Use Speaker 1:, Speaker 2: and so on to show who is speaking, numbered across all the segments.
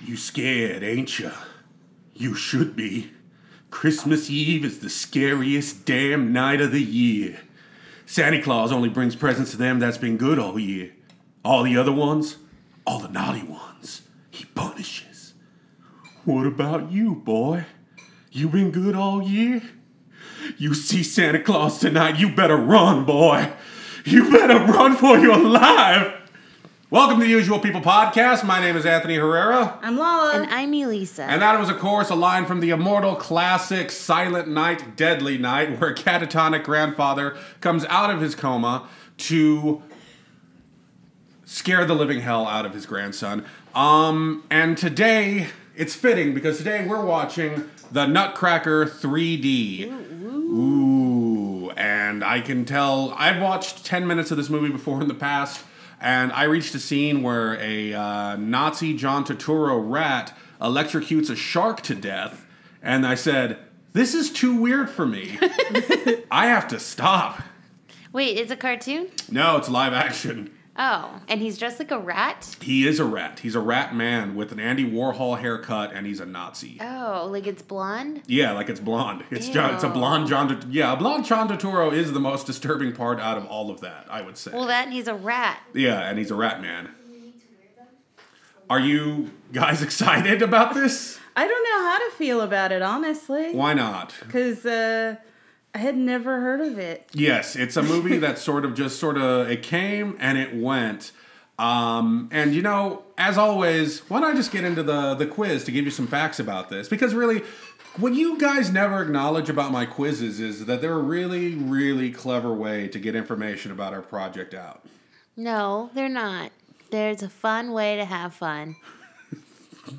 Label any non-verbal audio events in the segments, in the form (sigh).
Speaker 1: You scared, ain't ya? You should be. Christmas Eve is the scariest damn night of the year. Santa Claus only brings presents to them that's been good all year. All the other ones, all the naughty ones, he punishes. What about you, boy? You been good all year? You see Santa Claus tonight, you better run, boy. You better run for your life. Welcome to the Usual People Podcast. My name is Anthony Herrera.
Speaker 2: I'm Lala.
Speaker 3: And I'm Elisa.
Speaker 1: And that was, of course, a line from the immortal classic Silent Night, Deadly Night, where (laughs) a catatonic grandfather comes out of his coma to scare the living hell out of his grandson. Um, and today, it's fitting because today we're watching The Nutcracker 3D. Ooh, and I can tell I've watched 10 minutes of this movie before in the past, and I reached a scene where a uh, Nazi John Turturro rat electrocutes a shark to death, and I said, This is too weird for me. I have to stop.
Speaker 3: Wait, it's a cartoon?
Speaker 1: No, it's live action.
Speaker 3: Oh, and he's dressed like a rat?
Speaker 1: He is a rat. He's a rat man with an Andy Warhol haircut, and he's a Nazi.
Speaker 3: Oh, like it's blonde?
Speaker 1: Yeah, like it's blonde. It's John, it's a
Speaker 3: Ew.
Speaker 1: blonde John. Tur- yeah, a blonde John Turturro is the most disturbing part out of all of that. I would say.
Speaker 3: Well, that and he's a rat.
Speaker 1: yeah, and he's a rat man. Are you guys (laughs) excited about this?
Speaker 2: I don't know how to feel about it, honestly.
Speaker 1: Why not?
Speaker 2: Because uh, I had never heard of it.
Speaker 1: Yes, it's a movie that sort of just sort of it came and it went. Um, and you know, as always, why don't I just get into the the quiz to give you some facts about this? Because really, what you guys never acknowledge about my quizzes is that they're a really, really clever way to get information about our project out.
Speaker 3: No, they're not. There's a fun way to have fun.
Speaker 2: (laughs)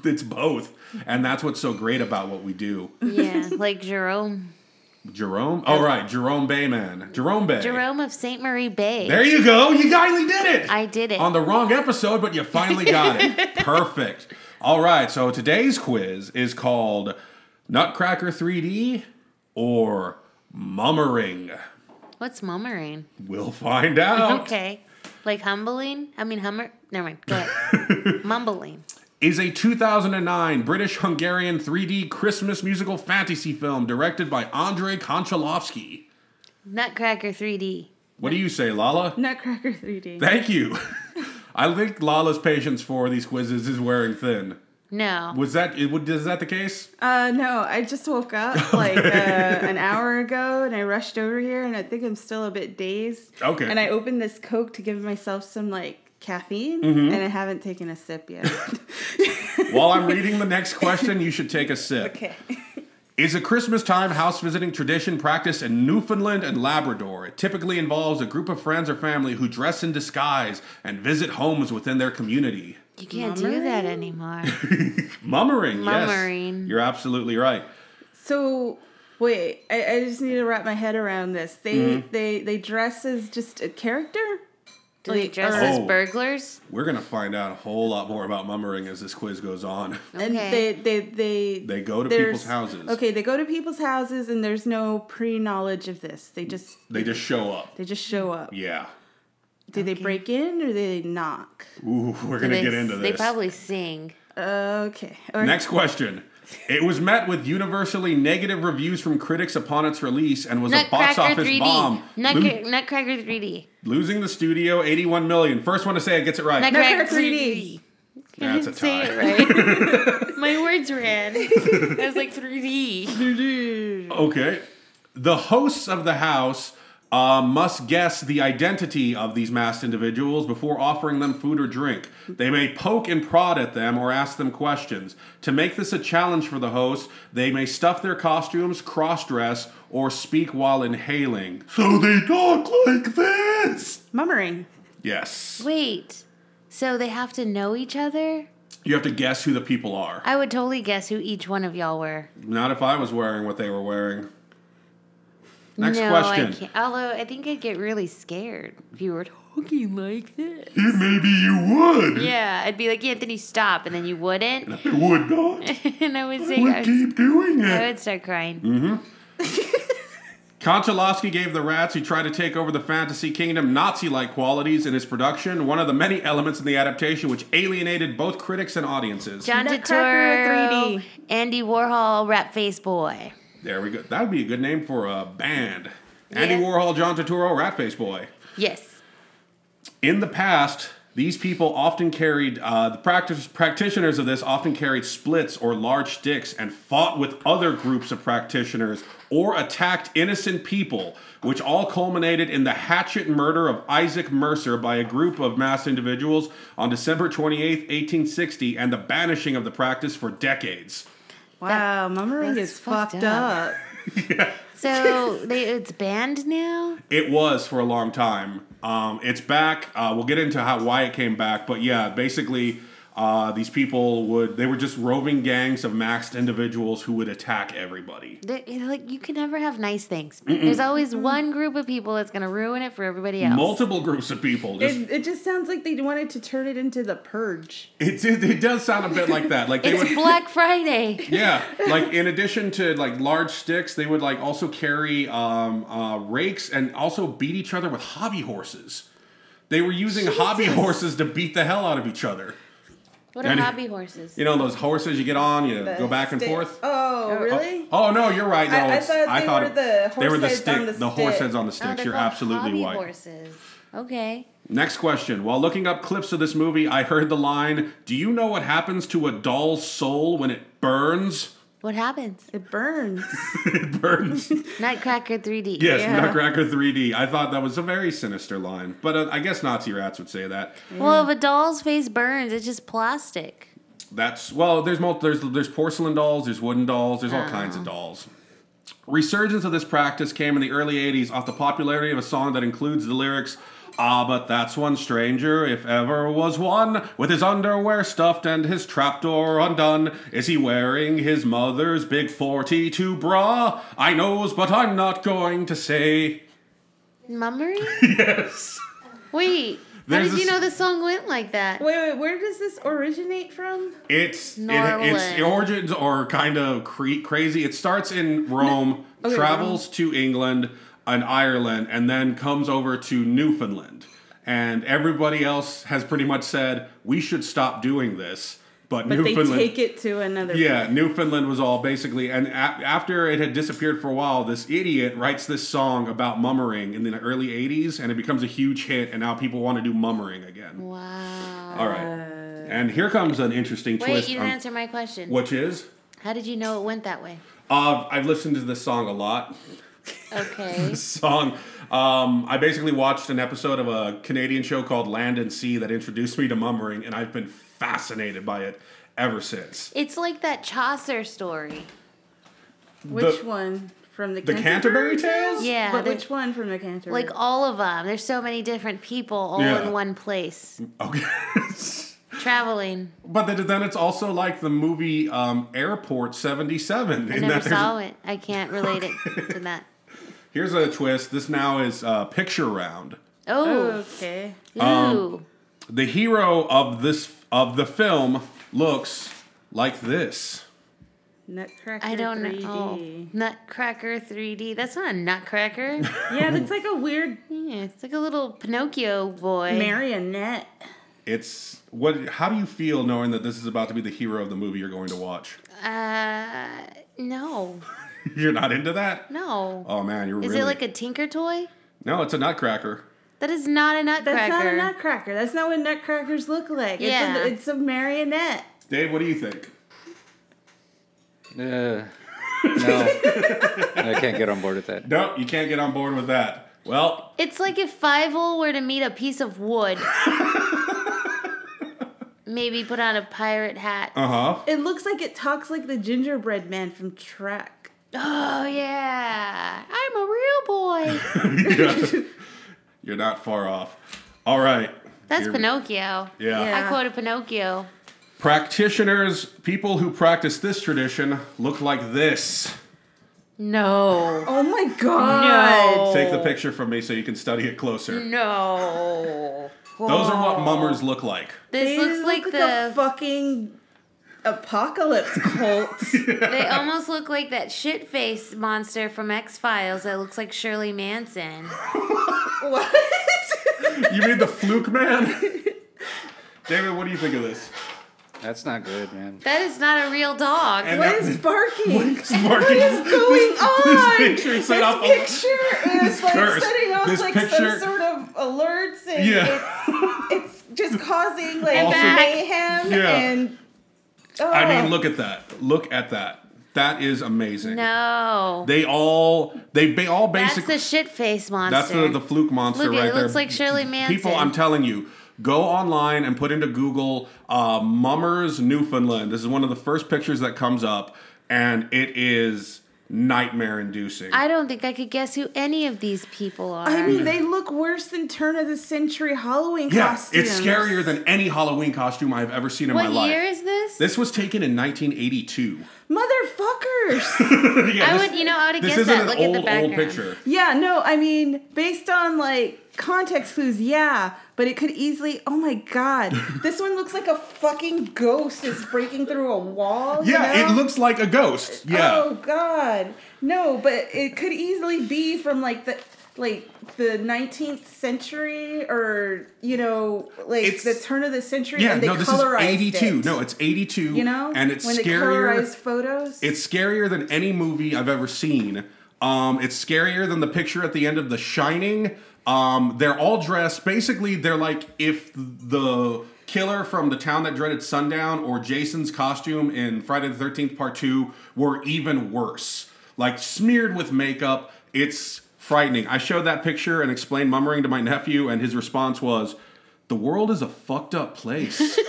Speaker 1: It's both, and that's what's so great about what we do.
Speaker 3: Yeah, like Jerome.
Speaker 1: Jerome, all right, Jerome Bayman, Jerome Bay.
Speaker 3: Jerome of St. Marie Bay.
Speaker 1: There you go. You finally did it.
Speaker 3: I did it.
Speaker 1: On the wrong episode, but you finally got
Speaker 3: (laughs)
Speaker 1: it. Perfect. All right. So today's quiz is called Nutcracker 3D or Mummering.
Speaker 3: What's mummering?
Speaker 1: We'll find out.
Speaker 3: Okay. Like humbling? I mean, hummer. Never mind.
Speaker 1: (laughs)
Speaker 3: Go ahead. Mumbling.
Speaker 1: Is a 2009 British Hungarian 3D Christmas musical fantasy film directed by Andre Konchalovsky.
Speaker 3: Nutcracker 3D.
Speaker 1: What do you say, Lala?
Speaker 2: Nutcracker 3D.
Speaker 1: Thank you. (laughs) I think Lala's patience for these quizzes is wearing thin.
Speaker 3: No.
Speaker 1: Was that is that the case?
Speaker 3: (laughs)
Speaker 2: Uh, no, I just woke
Speaker 1: (laughs)
Speaker 2: up like uh, an hour ago and I rushed over here and I think I'm still a bit dazed.
Speaker 1: Okay.
Speaker 2: And I opened this Coke to give myself some like caffeine
Speaker 1: Mm-hmm.
Speaker 2: and I haven't taken a
Speaker 1: (laughs)
Speaker 2: sip yet.
Speaker 1: While I'm reading the next question, you should take a
Speaker 3: (laughs)
Speaker 1: sip.
Speaker 2: (laughs) okay.
Speaker 1: Is a Christmas time house visiting tradition practiced in Newfoundland and Labrador. It typically involves a group of friends or family who dress in disguise and visit homes within their community.
Speaker 3: You can't do that anymore.
Speaker 1: Mummering, yes.
Speaker 3: Mummering.
Speaker 1: You're absolutely right.
Speaker 2: So wait, I, I just need to wrap my head around this. They
Speaker 1: Mm-hmm.
Speaker 2: they they dress as just a character?
Speaker 3: (laughs) Do they
Speaker 2: Like,
Speaker 3: dress
Speaker 2: or-
Speaker 3: as
Speaker 1: Oh.
Speaker 3: burglars?
Speaker 1: We're going to find out a whole lot more about mummering as this quiz goes
Speaker 3: (laughs)
Speaker 1: on.
Speaker 2: And
Speaker 3: Okay.
Speaker 2: they, they they
Speaker 1: They go to
Speaker 2: there's-
Speaker 1: people's houses.
Speaker 2: Okay, they go to people's houses and there's no pre knowledge of this. They just
Speaker 1: They just show up.
Speaker 2: they just show up.
Speaker 1: Yeah.
Speaker 2: Do they break in or do they knock?
Speaker 1: Ooh, we're going to
Speaker 3: they,
Speaker 1: get into this.
Speaker 3: They probably sing.
Speaker 2: Okay.
Speaker 1: (laughs)
Speaker 2: Or
Speaker 1: Next question. It was met with universally negative reviews from critics upon its release and was a box
Speaker 3: Nutcracker
Speaker 1: office
Speaker 3: 3D.
Speaker 1: bomb,
Speaker 3: Nutcra- Nutcracker 3D.
Speaker 1: lo- losing the studio 81 million. First one to say it gets it right.
Speaker 3: Nutcracker
Speaker 2: Nutcracker
Speaker 3: 3D.
Speaker 1: Yeah, it's a
Speaker 3: Say
Speaker 1: tie.
Speaker 3: it
Speaker 1: (laughs)
Speaker 3: right. My words ran. I was like 3D.
Speaker 1: Okay. The hosts of the house uh, must guess the identity of these masked individuals before offering them food or drink. They may poke and prod at them or ask them questions. To make this a challenge for the host, they may stuff their costumes, cross dress, or speak while inhaling. So they talk like this!
Speaker 2: (laughs) mummering.
Speaker 1: Yes.
Speaker 3: Wait. So they have to know each other?
Speaker 1: You have to guess who the people are.
Speaker 3: I would totally guess who each one of y'all were.
Speaker 1: Not if I was wearing what they were wearing. Next
Speaker 3: no, I
Speaker 1: question.
Speaker 3: can't. Although I think I'd get really scared if you were talking like this.
Speaker 1: Maybe you would.
Speaker 3: yeah, I'd be like, Anthony, stop, and then you wouldn't,
Speaker 1: I would not.
Speaker 3: (laughs) and I would say,
Speaker 1: Would
Speaker 3: I, would,
Speaker 1: keep doing
Speaker 3: I
Speaker 1: it.
Speaker 3: would start crying.
Speaker 1: Mm. Konchalovsky gave the rats who tried to take over the fantasy kingdom Nazi like qualities in his production, one of the many elements in the adaptation which alienated both critics and audiences.
Speaker 3: John
Speaker 2: Nutcracker
Speaker 3: Turturro,
Speaker 2: 3D.
Speaker 3: Andy Warhol, Rat Face Boy.
Speaker 1: There we go. That would be a good name for a band. Andy
Speaker 3: Yeah.
Speaker 1: Warhol, John Turturro, Ratface Boy.
Speaker 3: Yes.
Speaker 1: In the past, these people often carried uh, the practice, practitioners of this often carried splits or large sticks and fought with other groups of practitioners or attacked innocent people, which all culminated in the hatchet murder of Isaac Mercer by a group of masked individuals on December 28, 1860, and the banishing of the practice for decades.
Speaker 2: Wow, Mama Ring
Speaker 3: That's
Speaker 2: is fucked,
Speaker 3: fucked up.
Speaker 2: up.
Speaker 3: So (laughs) they, it's banned now.
Speaker 1: It was for a long time. Um, it's back. Uh, we'll get into how why it came back, but yeah, basically, uh, these people would they were just roving gangs of maxed individuals who would attack everybody.
Speaker 3: They- you know, like you can never have nice things. There's always one group of people that's gonna ruin it for everybody else.
Speaker 1: Multiple groups of people. Just,
Speaker 2: It, it just sounds like they wanted to turn it into the purge.
Speaker 1: it, it, it does sound a bit like that. Like they (laughs)
Speaker 3: it's
Speaker 1: would,
Speaker 3: Black Friday.
Speaker 1: yeah. Like in addition to like large sticks, they would like also carry um, uh, rakes and also beat each other with hobby horses. They were using hobby
Speaker 3: Jesus.
Speaker 1: horses to beat the hell out of each other.
Speaker 3: What are
Speaker 1: Any-
Speaker 3: hobby horses?
Speaker 1: You know those horses you get on, you go back and
Speaker 2: Stick-
Speaker 1: forth.
Speaker 2: Oh, really?
Speaker 1: Oh no, you're right. No,
Speaker 2: I- I
Speaker 1: it's-
Speaker 2: thought
Speaker 1: I
Speaker 2: they
Speaker 1: thought
Speaker 2: were
Speaker 1: it-
Speaker 2: the
Speaker 1: they were
Speaker 2: horse heads on the
Speaker 1: horse
Speaker 2: stick.
Speaker 1: heads on the
Speaker 3: Oh,
Speaker 1: sticks.
Speaker 3: they're
Speaker 1: You're
Speaker 3: called
Speaker 1: absolutely
Speaker 3: hobby
Speaker 1: right.
Speaker 3: Horses. Okay.
Speaker 1: Next question. While looking up clips of this movie, I heard the line, "Do you know what happens to a doll's soul when it burns?" (laughs)
Speaker 3: What happens?
Speaker 2: It
Speaker 3: (laughs)
Speaker 2: burns.
Speaker 1: it burns.
Speaker 3: Nutcracker 3D.
Speaker 1: yes,
Speaker 2: Yeah.
Speaker 1: Nutcracker 3D. I thought that was a very sinister line, but uh, I guess Nazi rats would say that.
Speaker 3: Well, if a doll's face burns, it's just plastic.
Speaker 1: That's well. There's multi, there's there's porcelain dolls, there's wooden dolls, there's all kinds of dolls. Resurgence of this practice came in the early '80s off the popularity of a song that includes the lyrics. Ah, but that's one stranger, if ever was one, with his underwear stuffed and his trapdoor undone. Is he wearing his mother's big 42 bra? I knows, but I'm not going to say. (laughs)
Speaker 3: Mummery?
Speaker 1: Yes.
Speaker 3: Wait.
Speaker 1: There's
Speaker 3: how did you
Speaker 1: this-
Speaker 3: know the song went like that?
Speaker 2: wait, wait, where does this originate from?
Speaker 1: It's it, its
Speaker 3: Norland.
Speaker 1: origins are kind of cre- crazy. It starts in Rome,
Speaker 2: Okay,
Speaker 1: travels to England and Ireland, and then comes over to Newfoundland. And everybody else has pretty much said we should stop doing this, but,
Speaker 2: But they
Speaker 1: Newfoundland.
Speaker 2: take it to another.
Speaker 1: yeah, Newfoundland was all basically, and a- after it had disappeared for a while, this idiot writes this song about mummering in the early '80s, and it becomes a huge hit, and now people want to do mummering again.
Speaker 3: Wow.
Speaker 1: All right, and here comes an interesting
Speaker 3: Wait,
Speaker 1: twist.
Speaker 3: you didn't
Speaker 1: on-
Speaker 3: answer my question.
Speaker 1: which is
Speaker 3: How did you know it went that way?
Speaker 1: uh, i've listened to this song a lot (laughs)
Speaker 3: Okay.
Speaker 1: this song um, i basically watched an episode of a canadian show called land and sea that introduced me to mummering and i've been fascinated by it ever since
Speaker 3: it's like that Chaucer story.
Speaker 2: Which
Speaker 1: The-
Speaker 2: one from the
Speaker 1: the canterbury tales
Speaker 3: Yeah.
Speaker 2: but
Speaker 3: they-
Speaker 2: which one from the Canterbury? Oh,
Speaker 3: like all of them. There's so many different people all
Speaker 1: Yeah.
Speaker 3: in one place
Speaker 1: okay (laughs)
Speaker 3: traveling.
Speaker 1: but then- then it's also like the movie um, airport 77 (laughs)
Speaker 3: I
Speaker 1: in
Speaker 3: never
Speaker 1: that there's-
Speaker 3: saw it. I can't relate it
Speaker 1: (laughs)
Speaker 3: to that.
Speaker 1: here's a twist this now is uh, picture round
Speaker 3: Oh,
Speaker 2: okay.
Speaker 3: ooh.
Speaker 1: um, the hero of this of the film looks like this
Speaker 2: Nutcracker.
Speaker 3: I don't
Speaker 2: 3D.
Speaker 3: know. Nutcracker 3D. That's not
Speaker 1: (laughs)
Speaker 3: a nutcracker.
Speaker 2: Yeah, it's like a weird
Speaker 3: (laughs) yeah, it's like a little Pinocchio boy.
Speaker 2: marionette.
Speaker 1: It's what? How do you feel knowing that this is about to be the hero of the movie you're going to watch? (laughs)
Speaker 3: Uh, no,
Speaker 1: You're not into that?
Speaker 3: no.
Speaker 1: Oh man, you're
Speaker 3: Is
Speaker 1: really.
Speaker 3: it like a Tinker Toy?
Speaker 1: no, it's a Nutcracker.
Speaker 3: That is not a nutcracker.
Speaker 2: That's not a nutcracker. That's not what nutcrackers look like.
Speaker 3: Yeah.
Speaker 2: It's, a, it's a marionette.
Speaker 1: Dave, what do you think?
Speaker 4: Uh, no, I can't get on board with that.
Speaker 1: No, you can't get on board with that. Well,
Speaker 3: It's like if Fievel were to meet a piece of wood. Maybe put on a pirate hat.
Speaker 1: uh huh.
Speaker 2: It looks like it talks like the gingerbread man from Trek.
Speaker 3: Oh yeah, I'm a real
Speaker 1: (laughs)
Speaker 3: boy.
Speaker 1: You're not far off. All right.
Speaker 3: That's
Speaker 1: Here-
Speaker 3: Pinocchio.
Speaker 1: Yeah.
Speaker 2: Yeah.
Speaker 3: I quoted Pinocchio.
Speaker 1: Practitioners, people who practice this tradition, look like this.
Speaker 3: No.
Speaker 2: Oh my god.
Speaker 1: Take
Speaker 3: Oh.
Speaker 1: the picture from me so you can study it closer.
Speaker 3: Mm. No.
Speaker 1: Those are
Speaker 3: Oh.
Speaker 1: what mummers look like.
Speaker 3: This
Speaker 2: They
Speaker 3: looks
Speaker 2: look
Speaker 3: like,
Speaker 2: a
Speaker 3: the.
Speaker 2: fucking apocalypse cult.
Speaker 3: they almost look like that shit face monster from X Files that looks like Shirley Manson.
Speaker 2: what?
Speaker 1: You mean the fluke man? (laughs) David, what do you think of this?
Speaker 4: That's not good, man.
Speaker 3: That is not a real dog.
Speaker 1: And-
Speaker 2: What is barking?
Speaker 1: What
Speaker 2: is going on?
Speaker 1: This picture set
Speaker 2: This
Speaker 1: off a-
Speaker 2: picture is like
Speaker 1: cursed.
Speaker 2: setting off
Speaker 1: This
Speaker 2: like
Speaker 1: picture-
Speaker 2: some sort of alerts and
Speaker 1: Yeah.
Speaker 2: it's, it's just causing like
Speaker 1: Also-
Speaker 2: mayhem
Speaker 1: Yeah.
Speaker 2: and
Speaker 1: I
Speaker 2: oh.
Speaker 1: mean, look at that. Look at that. That is amazing.
Speaker 3: no.
Speaker 1: They all they ba- all
Speaker 3: That's
Speaker 1: basically
Speaker 3: the shit face monster.
Speaker 1: that's the, the fluke monster
Speaker 3: Look,
Speaker 1: right
Speaker 3: it
Speaker 1: there.
Speaker 3: looks like Shirley Manson.
Speaker 1: People, I'm telling you, go online and put into Google uh, Mummers Newfoundland. This is one of the first pictures that comes up, and it is nightmare inducing.
Speaker 3: I don't think I could guess who any of these people are.
Speaker 2: I mean, they look worse than turn of the century Halloween
Speaker 1: yeah,
Speaker 2: costumes.
Speaker 1: it's scarier than any Halloween costume I've ever seen in
Speaker 3: what
Speaker 1: my life.
Speaker 3: year is this?
Speaker 1: This was taken in 1982. (laughs)
Speaker 2: motherfuckers.
Speaker 1: yeah,
Speaker 3: I
Speaker 1: this-
Speaker 3: would, you know, I would
Speaker 1: This
Speaker 3: guess
Speaker 1: isn't
Speaker 3: that.
Speaker 1: an
Speaker 3: Look
Speaker 1: old,
Speaker 3: at the background.
Speaker 1: old picture.
Speaker 2: yeah, no, I mean, based on like context clues, yeah, but it could easily. Oh my god,
Speaker 1: (laughs)
Speaker 2: this one looks like a fucking ghost is breaking through a wall. you
Speaker 1: Yeah,
Speaker 2: know?
Speaker 1: it looks like a ghost. Yeah.
Speaker 2: Oh God, no! But it could easily be from like the like the 19th century or you know like
Speaker 1: It's-
Speaker 2: the turn of the century.
Speaker 1: yeah,
Speaker 2: and they
Speaker 1: no, this is
Speaker 2: colorized
Speaker 1: 82.
Speaker 2: It,
Speaker 1: No, it's 82.
Speaker 2: you know,
Speaker 1: and it's
Speaker 2: when they
Speaker 1: scarier.
Speaker 2: colorized photos.
Speaker 1: It's scarier than any movie I've ever seen. Um, it's scarier than the picture at the end of The Shining. Um, they're all dressed. Basically, they're like if the killer from the town that dreaded sundown or Jason's costume in Friday the Thirteenth Part Two were even worse, like smeared with makeup. It's frightening. I showed that picture and explained mummering to my nephew, and his response was, "The world is a fucked up place."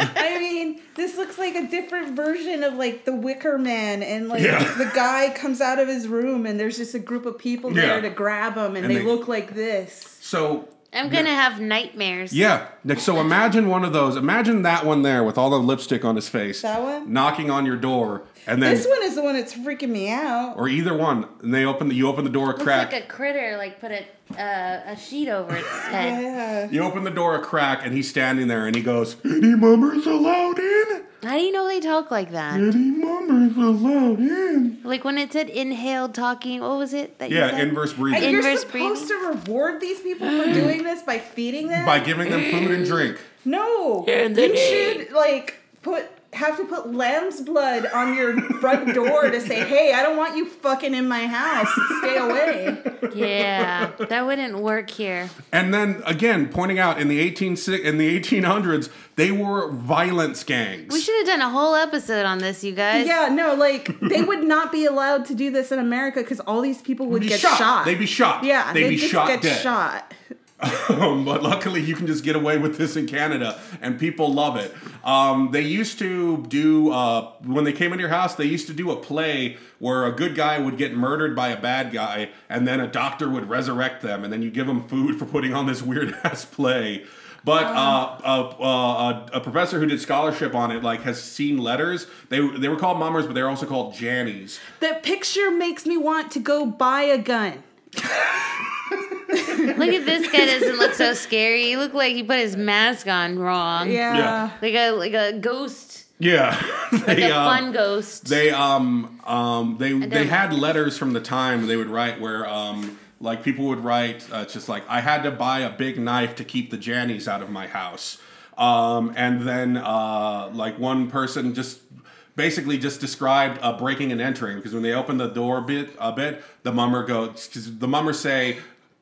Speaker 2: I mean, this looks like a different version of like the Wicker Man, and like
Speaker 1: Yeah.
Speaker 2: the guy comes out of his room, and there's just a group of people
Speaker 1: Yeah.
Speaker 2: there to grab him, and,
Speaker 1: And
Speaker 2: they,
Speaker 1: they-
Speaker 2: look like this.
Speaker 1: so
Speaker 3: I'm gonna have nightmares.
Speaker 1: Yeah. Nick, So imagine one of those. Imagine that one there with all the lipstick on his face.
Speaker 2: That one?
Speaker 1: Knocking on your door, and then
Speaker 2: This one is the one that's freaking me out.
Speaker 1: or either one, and they open the you open the door a
Speaker 3: Looks
Speaker 1: crack.
Speaker 3: like a critter, like put a uh, a sheet over (laughs) its head.
Speaker 2: Yeah.
Speaker 1: you open the door a crack, and he's standing there, and he goes, "Any mummers allowed in?
Speaker 3: How do you know they talk like that?
Speaker 1: Any mummers allowed in?"
Speaker 3: Like when it said inhaled talking, what was it? That you
Speaker 1: Yeah,
Speaker 3: said?
Speaker 1: inverse
Speaker 2: And
Speaker 1: breathing
Speaker 3: In-
Speaker 2: you're
Speaker 3: Inverse
Speaker 2: supposed to reward these people for doing this by feeding them?
Speaker 1: Mm. by giving them food and drink.
Speaker 2: no.
Speaker 3: And they-
Speaker 2: you should like put have to put lamb's blood on your front door to say, "Hey, I don't want you fucking in my house. Stay away."
Speaker 3: Yeah, that wouldn't work here.
Speaker 1: And then again, pointing out in the eighteen si- in the eighteen hundreds, they were violence gangs.
Speaker 3: We should have done a whole episode on this, you guys.
Speaker 2: Yeah, no, like they would not be allowed to do this in America because all these people would
Speaker 1: be
Speaker 2: get
Speaker 1: shot.
Speaker 2: shot.
Speaker 1: They'd be shot.
Speaker 2: Yeah,
Speaker 1: They'd be
Speaker 2: just
Speaker 1: shot
Speaker 2: get
Speaker 1: dead.
Speaker 2: shot.
Speaker 1: Um, but luckily, you can just get away with this in Canada, and people love it. Um, they used to do uh, when they came into your house. They used to do a play where a good guy would get murdered by a bad guy, and then a doctor would resurrect them, and then you give them food for putting on this (laughs) weird ass play. But uh, a, a, a professor who did scholarship on it, like, has seen letters. They they were called mummers, but they're also called jannies.
Speaker 2: That picture makes me want to go buy a gun.
Speaker 3: Look at this guy doesn't look so scary. He looked like he put his mask on wrong.
Speaker 1: Mm, Yeah.
Speaker 2: Yeah.
Speaker 3: Like a like a ghost.
Speaker 1: Yeah, (laughs)
Speaker 3: Like
Speaker 1: They,
Speaker 3: a
Speaker 1: um,
Speaker 3: fun ghost.
Speaker 1: They um um they they
Speaker 3: don't-
Speaker 1: had letters from the time they would write where um like people would write uh, it's just like I had to buy a big knife to keep the Jannies out of my house. Um and then uh like one person just basically just described uh, breaking and entering because when they open the door a bit a bit the mummer goes 'cause the mummer say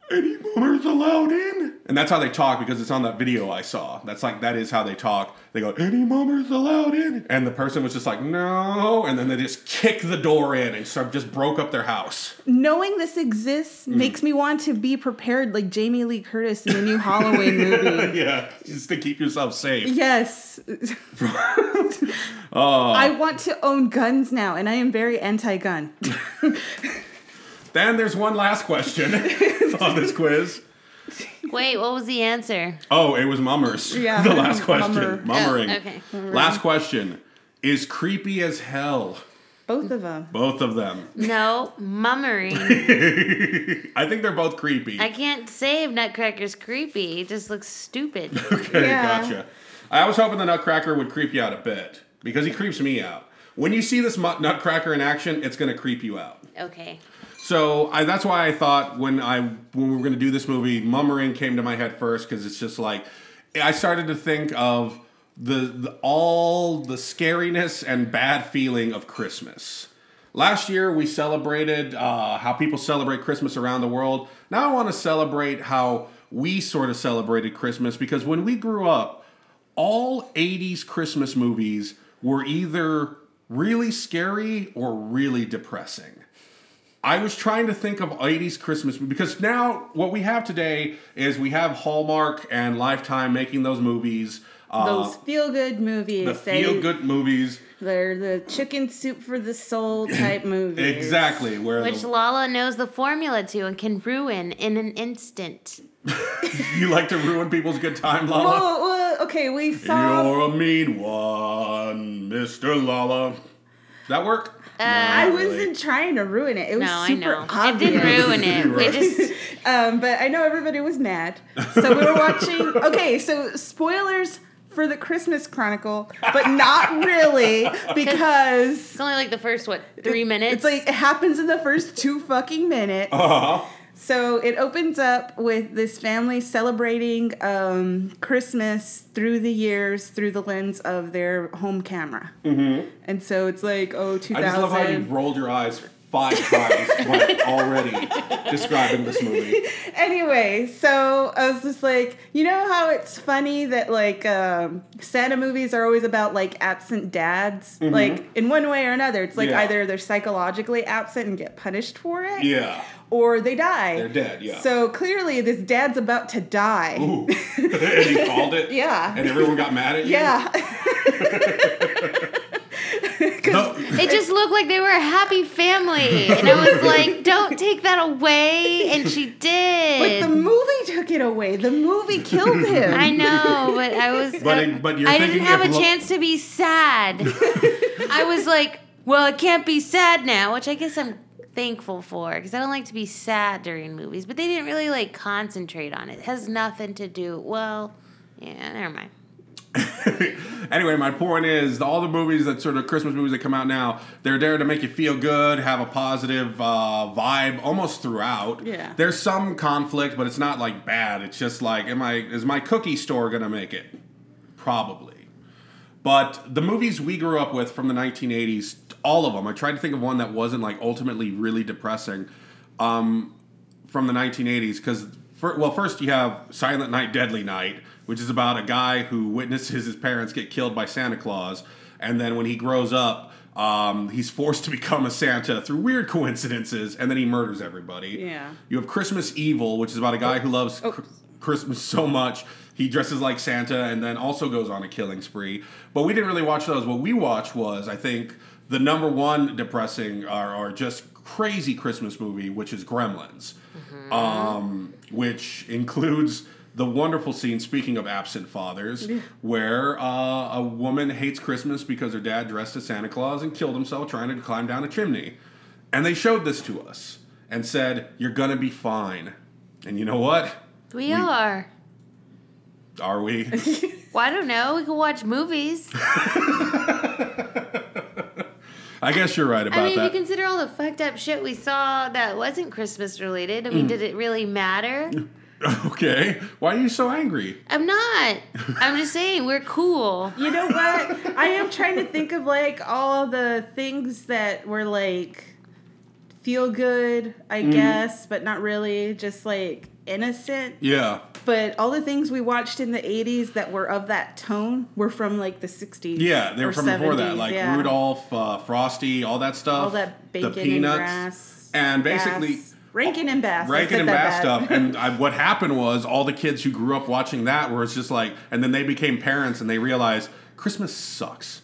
Speaker 1: any mummers allowed in and that's how they talk because it's on that video i saw that's like that is how they talk they go any mummers allowed in and the person was just like no and then they just kick the door in and sort of just broke up their (laughs) house
Speaker 2: Knowing this
Speaker 1: Mm.
Speaker 2: exists makes me want to be prepared like Jamie Lee Curtis in the
Speaker 1: (laughs)
Speaker 2: new Halloween movie.
Speaker 1: yeah just to keep yourself safe (laughs)
Speaker 2: Yes.
Speaker 1: Oh.
Speaker 2: I want to own guns now, and I am very anti
Speaker 1: (laughs)
Speaker 2: gun.
Speaker 1: then there's one last question (laughs) on this quiz
Speaker 3: Wait, what was the answer?
Speaker 1: oh it was mummers (laughs)
Speaker 2: Yeah.
Speaker 1: the last question
Speaker 2: Mummer.
Speaker 1: mummering
Speaker 3: Oh, okay.
Speaker 1: last question is creepy as hell
Speaker 2: Both of them.
Speaker 1: Both of them.
Speaker 3: No,
Speaker 2: (laughs)
Speaker 3: mummering.
Speaker 1: I think they're both creepy.
Speaker 3: I can't save Nutcracker's creepy. It just looks stupid.
Speaker 1: okay,
Speaker 2: Yeah.
Speaker 1: gotcha. I was hoping the Nutcracker would creep you out a bit because he creeps me out. When you see this mu- Nutcracker in action, it's going to creep you out.
Speaker 2: (laughs)
Speaker 3: Okay.
Speaker 1: So I, that's why I thought when I when we were going to do this movie, Mummering came to my head first because it's just like I started to think of the, the all the scariness and bad feeling of Christmas. Last year we celebrated uh, how people celebrate Christmas around the world. Now I want to celebrate how we sort of celebrated Christmas because when we grew up, all 80s Christmas movies were either really scary or really depressing. I was trying to think of 80s Christmas because now what we have today is we have Hallmark and Lifetime making those movies. Uh,
Speaker 2: Those feel good movies.
Speaker 1: the
Speaker 2: they-
Speaker 1: feel good movies.
Speaker 2: They're the chicken soup for the
Speaker 1: (laughs)
Speaker 2: soul type movies.
Speaker 1: Exactly. Where
Speaker 3: Which
Speaker 1: the-
Speaker 3: Lala knows the formula to and can ruin in an instant.
Speaker 1: you like to ruin people's good time, Lala?
Speaker 2: Well, well, okay, we saw.
Speaker 1: You're a mean one, Mr. Lala. That work?
Speaker 2: I wasn't trying to ruin it. It was
Speaker 3: No, I
Speaker 2: super
Speaker 3: know.
Speaker 2: obvious.
Speaker 3: It didn't ruin it.
Speaker 1: Right.
Speaker 3: It just
Speaker 2: um, but I know everybody was mad. So we were
Speaker 1: (laughs)
Speaker 2: watching. Okay, so spoilers for the Christmas Chronicle, but not
Speaker 3: (laughs)
Speaker 2: really because
Speaker 3: it's only like the first what three minutes.
Speaker 2: it's like it happens in the first two fucking minutes.
Speaker 1: Uh-huh.
Speaker 2: So it opens up with this family celebrating um, Christmas through the years through the lens of their home camera. Mm-hmm. And so it's like, oh,
Speaker 1: I just love how you
Speaker 2: 2000.
Speaker 1: rolled your eyes five times
Speaker 2: (laughs)
Speaker 1: while already describing this movie.
Speaker 2: Anyway, so I was just like, you know how it's funny that like um, Santa movies are always about like absent dads? Like in one way or another, it's like
Speaker 1: Mm-hmm. Yeah.
Speaker 2: either they're psychologically absent and get punished for it.
Speaker 1: Yeah.
Speaker 2: Or they die.
Speaker 1: They're dead, yeah.
Speaker 2: So clearly, this dad's about to die.
Speaker 1: Ooh. (laughs) and you called it?
Speaker 2: Yeah.
Speaker 1: And everyone got mad at you?
Speaker 2: (laughs) Yeah.
Speaker 1: No.
Speaker 3: It just looked like they were a happy family. And I
Speaker 2: (laughs)
Speaker 3: was like, don't take that away. And she
Speaker 2: But
Speaker 3: did.
Speaker 2: the movie took it away. The movie killed
Speaker 1: (laughs)
Speaker 2: him.
Speaker 3: I know, but I was.
Speaker 1: But it- but you're
Speaker 3: I
Speaker 1: thinking
Speaker 3: didn't have
Speaker 1: if
Speaker 3: a
Speaker 1: lo-
Speaker 3: chance to be
Speaker 1: (laughs)
Speaker 3: sad. I was like, well, it can't be sad now, which I guess I'm thankful for because I don't like to be sad during movies. But they didn't really like concentrate on it. It has nothing to do. Well, yeah, never mind.
Speaker 1: (laughs) anyway, my point is all the movies that sort of Christmas movies that come out now, they're there to make you feel good, have a positive uh, vibe almost throughout.
Speaker 2: Yeah.
Speaker 1: There's some conflict, but it's not like bad. It's just like, am I is my cookie store gonna make it? Probably. But the movies we grew up with from the 1980s, all of them. I tried to think of one that wasn't like ultimately really depressing um, from the 1980s because. Well, first you have Silent Night, Deadly Night, which is about a guy who witnesses his parents get killed by Santa Claus, and then when he grows up, um, he's forced to (laughs) become a Santa through weird coincidences, and then he murders everybody.
Speaker 2: Yeah.
Speaker 1: You have Christmas Evil, which is about a guy who loves cr- Christmas so much he dresses like Santa and then also goes on a killing spree. But we didn't really watch those. What we watched was, I think, the number one depressing or, or just crazy Christmas movie, which is Gremlins, um, which includes. The wonderful scene, speaking of absent fathers, where uh, a woman hates Christmas because her dad dressed as Santa Claus and killed himself trying to climb down a chimney. And they showed this to us and said, You're gonna be fine. And you know what?
Speaker 3: We, are.
Speaker 1: Are
Speaker 2: (laughs)
Speaker 1: we?
Speaker 3: Well, I don't know. We can
Speaker 1: (laughs)
Speaker 3: watch movies.
Speaker 1: I guess you're right about
Speaker 3: I mean,
Speaker 1: that.
Speaker 3: if you consider all the fucked up shit we saw that wasn't Christmas related, I
Speaker 1: Mm.
Speaker 3: mean, did it really matter?
Speaker 1: (laughs) okay. Why are you so angry?
Speaker 3: I'm not. I'm just saying we're cool.
Speaker 2: You know what? I am trying to think of like all the things that were like feel good, I
Speaker 1: Mm-hmm.
Speaker 2: guess, but not really, just like innocent.
Speaker 1: Yeah.
Speaker 2: But all the things we watched in the 80s that were of that tone were from like the 60s.
Speaker 1: Yeah, they were
Speaker 2: or
Speaker 1: from before that,
Speaker 2: 70s,
Speaker 1: like
Speaker 2: yeah.
Speaker 1: Rudolph, uh, Frosty, all that stuff.
Speaker 2: All that bacon
Speaker 1: the peanuts,
Speaker 2: and grass.
Speaker 1: and basically
Speaker 2: Bass. Rankin and Bass. I
Speaker 1: Rankin
Speaker 2: said
Speaker 1: and
Speaker 2: that
Speaker 1: Bass
Speaker 2: bad. (laughs)
Speaker 1: stuff. And I, what happened was all the kids who grew up watching that were just like, and then they became parents and they realized Christmas sucks.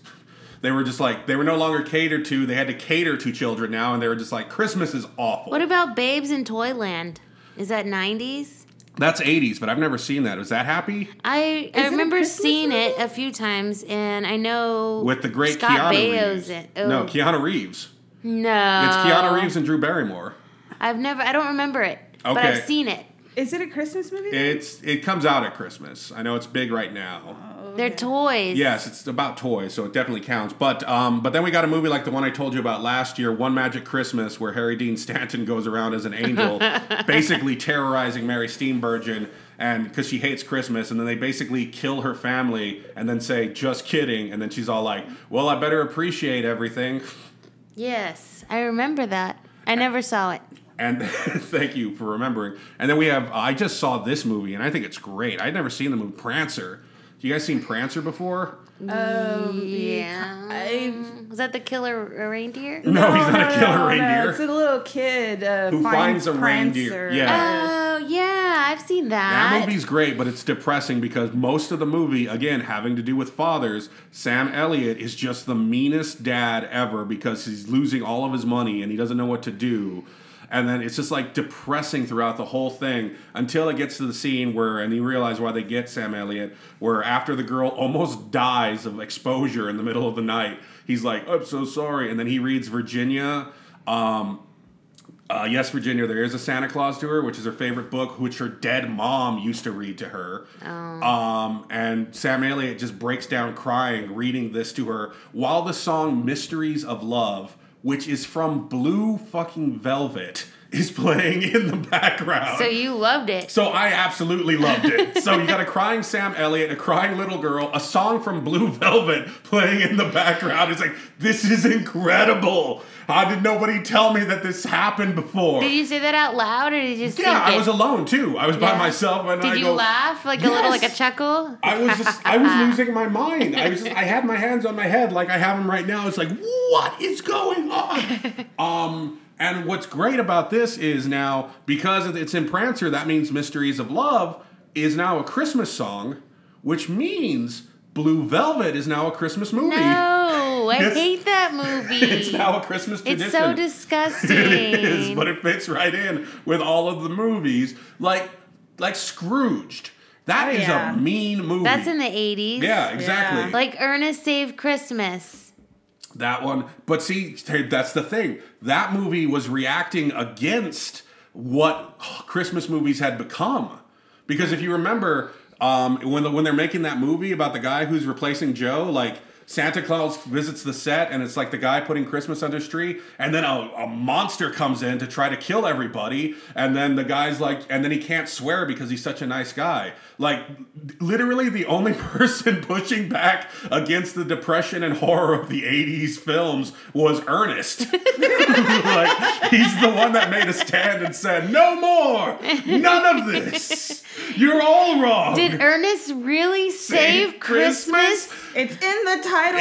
Speaker 1: They were just like, they were no longer catered to. They had to cater to children now, and they were just like, Christmas is awful.
Speaker 3: What about Babes in Toyland? Is that 90s?
Speaker 1: That's 80s, but I've never seen that. Was that happy?
Speaker 3: I,
Speaker 2: Is it
Speaker 3: I
Speaker 2: a
Speaker 3: remember
Speaker 2: Christmas
Speaker 3: seeing
Speaker 2: movie?
Speaker 3: it a few times, and I know
Speaker 1: With the great
Speaker 3: Oh,
Speaker 1: Keanu
Speaker 3: Scott Baio's
Speaker 1: Reeves.
Speaker 3: in. Oh,
Speaker 1: No, Keanu Reeves.
Speaker 3: no,
Speaker 1: It's Keanu Reeves and Drew Barrymore.
Speaker 3: I've never. I don't remember it, but
Speaker 1: Okay.
Speaker 3: I've seen it.
Speaker 2: Is it a Christmas movie?
Speaker 1: It's it comes out at Christmas. I know it's big right now.
Speaker 3: They're toys.
Speaker 1: Yes, it's about toys, so it definitely counts. But um, but then we got a movie like the one I told you about last year, One Magic Christmas, where Harry Dean Stanton (laughs) goes around as an
Speaker 2: (laughs)
Speaker 1: angel, basically terrorizing Mary Steenburgen, and because she hates Christmas, and then they basically kill her family, and then say, "Just kidding," and then she's all like, "Well, I better appreciate everything." (laughs)
Speaker 3: Yes, I remember that. I never saw it.
Speaker 1: And (laughs) thank you for remembering. And then we have I just saw this movie and I think it's great. I'd never seen the movie Prancer. You guys seen Prancer before? (laughs)
Speaker 3: Yeah.
Speaker 2: I've-
Speaker 3: Was that the killer r- reindeer?
Speaker 1: No, he's not a killer
Speaker 2: no,
Speaker 1: reindeer.
Speaker 2: No, it's a little kid uh,
Speaker 1: Who finds
Speaker 2: finds,
Speaker 1: a reindeer.
Speaker 2: Prancer.
Speaker 1: Yeah.
Speaker 3: Oh yeah, I've seen
Speaker 1: that
Speaker 3: that.
Speaker 1: movie's great, but it's depressing because most of the movie, again, having to do with fathers, Sam Elliott is just the meanest dad ever because he's losing all of his money and he doesn't know what to do. And then it's just like depressing throughout the whole thing until it gets to the scene where, and you realize why they get Sam Elliott, where after the girl almost dies of exposure in the middle of the night, he's like, I'm so sorry. And then he reads Virginia. Um, uh, yes, Virginia, there is a Santa Claus to her, which is her favorite book, which her dead mom used to read to her.
Speaker 3: Oh.
Speaker 1: Um, and Sam Elliott just breaks down crying reading this to her while the song Mysteries of Love, which is from Blue fucking Velvet, (laughs) is playing in the background.
Speaker 3: So you loved it.
Speaker 1: So I absolutely loved it. so you got a crying Sam Elliott, a crying little girl, a song from Blue Velvet playing in the background. It's like, this is incredible. How did nobody tell me that this happened before?
Speaker 3: Did you say that out loud or did you just
Speaker 1: yeah,
Speaker 3: think
Speaker 1: I
Speaker 3: it?
Speaker 1: was alone too. I was by
Speaker 3: Yeah.
Speaker 1: myself and
Speaker 3: Did
Speaker 1: I
Speaker 3: you
Speaker 1: go,
Speaker 3: laugh like a little like a
Speaker 1: "Yes."
Speaker 3: chuckle?
Speaker 1: I was just I
Speaker 3: (laughs)
Speaker 1: was losing my mind. I was just, I had my hands on my head like I have them right now. It's like what is going
Speaker 3: (laughs)
Speaker 1: on? Um and what's great about this is now because it's in Prancer that means Mysteries of Love is now a Christmas song, which means Blue Velvet is now a Christmas movie.
Speaker 3: No, I
Speaker 1: Yes.
Speaker 3: hate that movie.
Speaker 1: (laughs) It's now a Christmas tradition. (laughs)
Speaker 3: It's so disgusting.
Speaker 1: it is, but it fits right in with all of the movies like like Scrooged. That
Speaker 2: Oh,
Speaker 1: is
Speaker 2: yeah.
Speaker 1: a mean movie.
Speaker 3: That's in the 80s.
Speaker 1: Yeah, exactly.
Speaker 3: Like Ernest Saved Christmas.
Speaker 1: That one. But see, Ted, that's the thing. That movie was reacting against what Christmas movies had become. Because if you remember, um, when, the, when they're making that movie about the guy who's replacing Joe, like Santa Claus visits the set and it's like the guy putting Christmas under his tree, and then a, a monster comes in to try to kill everybody, and then the guy's like, and then he can't swear because he's such a nice guy. Like, literally, the only (laughs) person pushing back against the depression and horror of the 80s films was Ernest. (laughs) like, he's the one that made a stand and said, No more! None of this! You're all wrong!
Speaker 3: Did Ernest really save Christmas?
Speaker 2: (laughs) It's in the
Speaker 1: (laughs)
Speaker 2: title,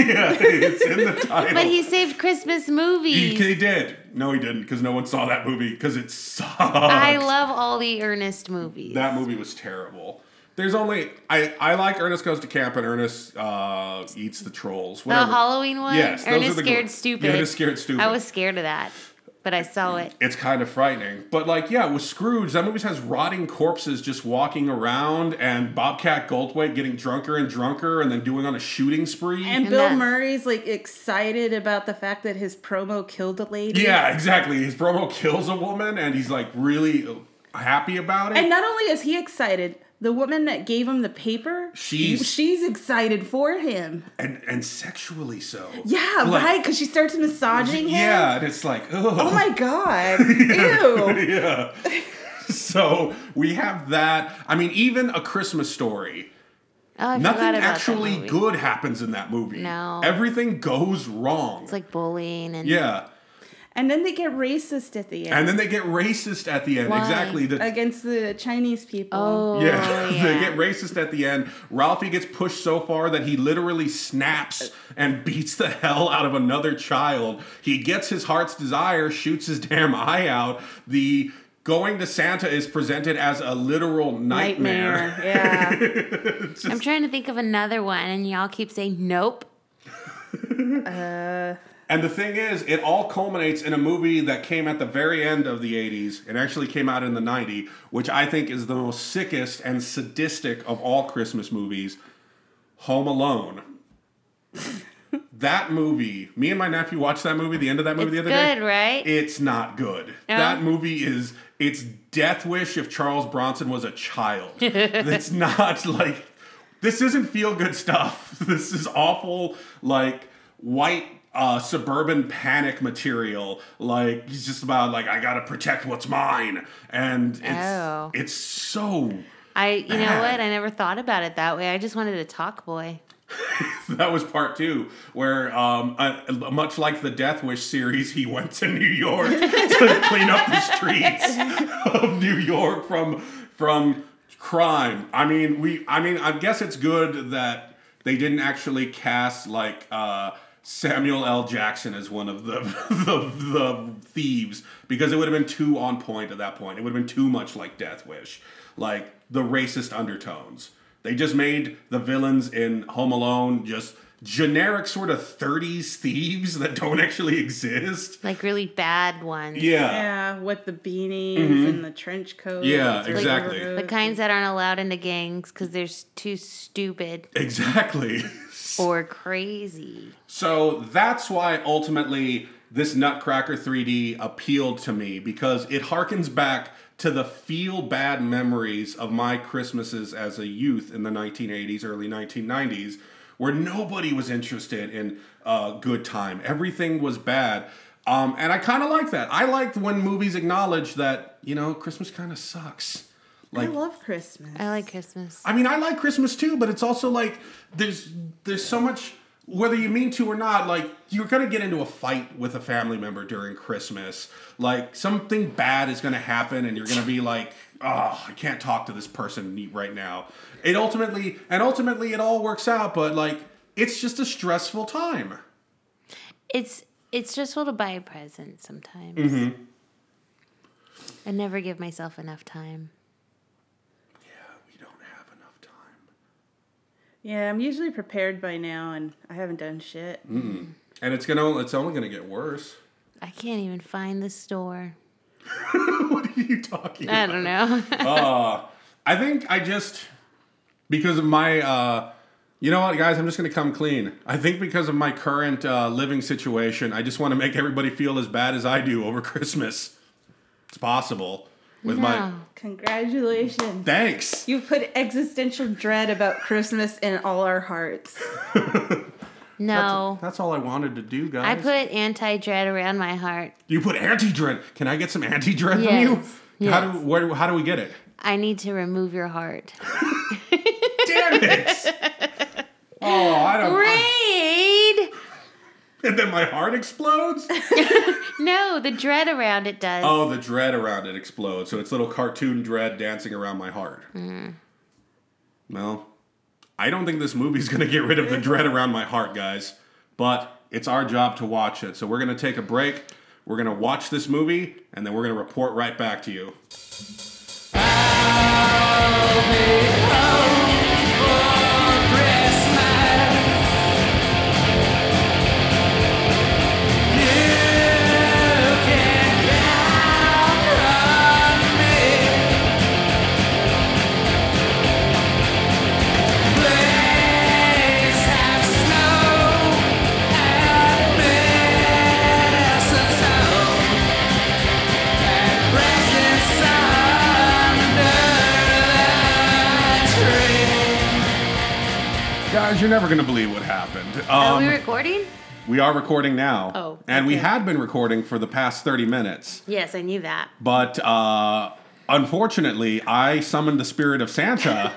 Speaker 1: (laughs) Yeah, it's in the title.
Speaker 3: But he saved Christmas movies.
Speaker 1: He, he did. No, he didn't, because no one saw that movie because it sucked.
Speaker 3: I love all the Ernest movies.
Speaker 1: that movie was terrible. There's only I I like Ernest Goes to Camp and Ernest uh, eats the trolls.
Speaker 3: the
Speaker 1: Whatever.
Speaker 3: Halloween one?
Speaker 1: Yes, those
Speaker 3: Ernest
Speaker 1: are the good
Speaker 3: Scared
Speaker 1: ones.
Speaker 3: Stupid.
Speaker 1: Ernest Scared Stupid.
Speaker 3: I was scared of that, but I saw it.
Speaker 1: it's kind of frightening, but like yeah, with Scrooge, that movie has rotting corpses just walking around and Bobcat Goldthwait getting drunker and drunker and then doing on a shooting spree.
Speaker 2: And
Speaker 3: And
Speaker 2: Bill
Speaker 3: that-
Speaker 2: Murray's like excited about the fact that his promo killed a lady.
Speaker 1: yeah, exactly. His promo kills a woman and he's like really happy about it.
Speaker 2: And not only is he excited, the woman that gave him the paper,
Speaker 1: She's-
Speaker 2: she's excited for him.
Speaker 1: and and sexually so.
Speaker 2: Yeah, right, 'cause
Speaker 1: Like,
Speaker 2: right. Because she starts massaging him.
Speaker 1: Yeah, and it's like, ugh.
Speaker 2: Oh my god.
Speaker 1: (laughs)
Speaker 2: Ew.
Speaker 1: yeah. (laughs) so we have that. I mean, even a Christmas story.
Speaker 3: Oh, I forgot
Speaker 1: Nothing
Speaker 3: about that
Speaker 1: actually
Speaker 3: movie.
Speaker 1: good happens in that movie.
Speaker 3: No.
Speaker 1: Everything goes wrong.
Speaker 3: It's like bullying and
Speaker 1: yeah.
Speaker 2: And then they get racist at the
Speaker 1: And
Speaker 2: end
Speaker 1: then they get racist at the end.
Speaker 3: Why?
Speaker 1: Exactly. The,
Speaker 2: against the Chinese people.
Speaker 1: (laughs)
Speaker 3: Oh,
Speaker 1: yeah.
Speaker 3: yeah.
Speaker 1: they get racist at the end. Ralphie gets pushed so far that he literally snaps and (laughs) beats the hell out of another child. He gets his heart's desire, shoots his (laughs) damn eye out. The going to Santa is presented as a literal nightmare.
Speaker 2: Nightmare. Yeah.
Speaker 3: I'm trying to think of another one, and y'all keep saying nope.
Speaker 1: And the thing is, it all culminates in a movie that came at the very end of the 80s and actually came out in the 90, which I think is the most sickest and sadistic of all Christmas movies, Home
Speaker 3: (laughs)
Speaker 1: Alone. that movie, me and my nephew watched that movie, the end of that movie
Speaker 3: It's
Speaker 1: the other
Speaker 3: good,
Speaker 1: day.
Speaker 3: right?
Speaker 1: It's not good.
Speaker 3: No?
Speaker 1: That movie is it's death wish if Charles Bronson was a
Speaker 3: (laughs)
Speaker 1: child. it's not like this isn't feel good stuff. (laughs) This is awful like white uh, suburban panic material. Like he's just about like I gotta protect what's mine, and it's
Speaker 3: Oh.
Speaker 1: it's so
Speaker 3: I, you know
Speaker 1: bad. (clears throat)
Speaker 3: what? I never thought about it that way. I just wanted a talk boy.
Speaker 1: (laughs) that was part two, where um, uh, much like the Death Wish series, he went to New York (laughs) to clean up the streets (laughs) of New York from from crime. I mean, we. I mean, I guess it's good that they didn't actually cast like uh, Samuel L. Jackson as one of the, (laughs) the the thieves because it would have been too on point at that point. It would have been too much like Death Wish, like the racist undertones. They just made the villains in Home Alone just generic sort of 30s thieves that don't actually exist.
Speaker 3: Like really bad ones.
Speaker 1: Yeah.
Speaker 2: Yeah, with the beanies and the trench coat.
Speaker 1: Mm-hmm. Yeah,
Speaker 2: and the
Speaker 1: exactly.
Speaker 2: rubber
Speaker 3: The
Speaker 2: boots.
Speaker 3: kinds that aren't allowed into gangs because they're s- too stupid
Speaker 1: Exactly. (laughs)
Speaker 3: or crazy.
Speaker 1: So that's why ultimately this Nutcracker 3D appealed to me because it harkens back to the feel bad memories of my Christmases as a youth in the 1980s, early 1990s, where nobody was interested in uh, good time. Everything was bad. Um, and I kind of like that. I liked when movies acknowledge that, you know, Christmas kind of sucks.
Speaker 2: I
Speaker 1: Like,
Speaker 2: love Christmas.
Speaker 3: I like Christmas.
Speaker 1: I mean, I like Christmas too, but it's also like there's there's so much whether you mean to or not, like you're gonna get into a fight with a family member during Christmas. Like something bad is gonna happen, and you're gonna be like, oh, I can't talk to this person right now. It ultimately and ultimately it all works out, but like it's just a stressful time.
Speaker 3: It's it's stressful to buy a present sometimes.
Speaker 1: Mm-hmm.
Speaker 3: I never give myself enough time.
Speaker 1: Yeah, we don't have enough time.
Speaker 2: yeah, I'm usually prepared by now, and I haven't done shit.
Speaker 1: Mm. And it's gonna it's only gonna get worse. (laughs)
Speaker 3: I can't even find the store.
Speaker 1: what are you talking
Speaker 3: I don't know.
Speaker 1: I think I just because of my uh you know what guys, I'm just going to come clean. I think because of my current uh living situation, I just want to make everybody feel as bad as I do over (laughs) Christmas. It's possible with my
Speaker 3: No.
Speaker 2: Congratulations.
Speaker 1: Thanks.
Speaker 2: you put existential dread about Christmas in all our hearts.
Speaker 3: (laughs) No.
Speaker 1: That's all I wanted to do, guys.
Speaker 3: I put anti dread around my heart.
Speaker 1: You put anti-dread. Can I get some anti-dread from
Speaker 3: Yes.
Speaker 1: you? How
Speaker 3: Yes.
Speaker 1: do where, how do we get it?
Speaker 3: I need to remove your
Speaker 1: (laughs)
Speaker 3: heart.
Speaker 1: Damn it.
Speaker 3: (laughs)
Speaker 1: Oh, I don't.
Speaker 3: Raid!
Speaker 1: (laughs) and then my heart explodes.
Speaker 3: No, the dread around it does.
Speaker 1: Oh, the dread around it explodes. So it's little cartoon dread dancing around my heart. Well, I don't think this movie's going to get rid of the dread around my heart, guys. But it's our job to watch it. So we're going to take a break. We're going to watch this movie, and then we're going to report right back to you. Guys, you're never going to believe what happened.
Speaker 3: Are we
Speaker 1: Um,
Speaker 3: recording?
Speaker 1: we are recording now.
Speaker 3: Oh,
Speaker 1: and we
Speaker 3: okay.
Speaker 1: had been recording for the past 30 minutes.
Speaker 3: Yes, I knew that.
Speaker 1: But uh, unfortunately, I summoned the spirit of Santa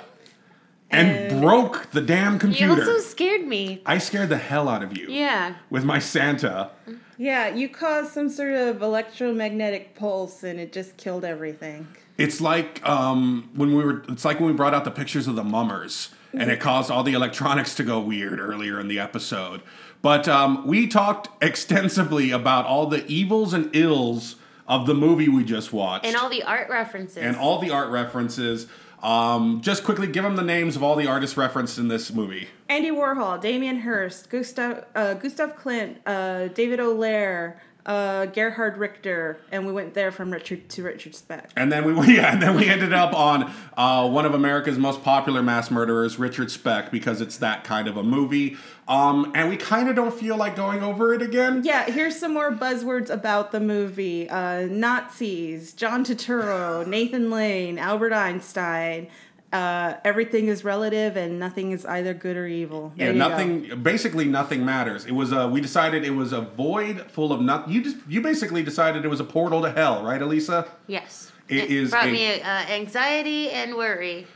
Speaker 3: (laughs)
Speaker 1: and broke the damn
Speaker 3: You
Speaker 1: computer.
Speaker 3: also scared me.
Speaker 1: I scared the hell out of you
Speaker 3: Yeah.
Speaker 1: with my Santa.
Speaker 2: Yeah, you caused some sort of electromagnetic pulse, and it just killed everything.
Speaker 1: It's like um, when we were. It's like when we brought out the pictures of the mummers, and it caused all the electronics to go weird earlier in the episode. But um, we talked (laughs) extensively about all the evils and ills of the movie we just watched,
Speaker 3: And all the art references.
Speaker 1: and all the art references. Um, just quickly give them the names of all the artists referenced in this movie.
Speaker 2: Andy Warhol, Damien Hirst, Gustav uh, Gustav Clint, uh, David O'Leary, uh, Gerhard Richter, and we went there from Richard to Richard Speck.
Speaker 1: And then we (laughs) yeah, and then we ended up on uh, one of America's most popular mass murderers, Richard Speck, because it's that kind of a movie. Um, and we kind of don't feel like going over it again.
Speaker 2: Yeah, here's some more buzzwords about the movie: uh, Nazis, John Turturro, Nathan Lane, Albert Einstein. Uh, everything is relative, and nothing is either good or evil. There
Speaker 1: Yeah,
Speaker 2: you go.
Speaker 1: nothing. Basically, nothing matters. It was a. We decided it was a void full of nothing. You just. You basically decided it was a portal to hell, right, Elisa?
Speaker 3: Yes.
Speaker 1: It
Speaker 3: It
Speaker 1: is
Speaker 3: brought
Speaker 1: a-
Speaker 3: me uh, anxiety and worry.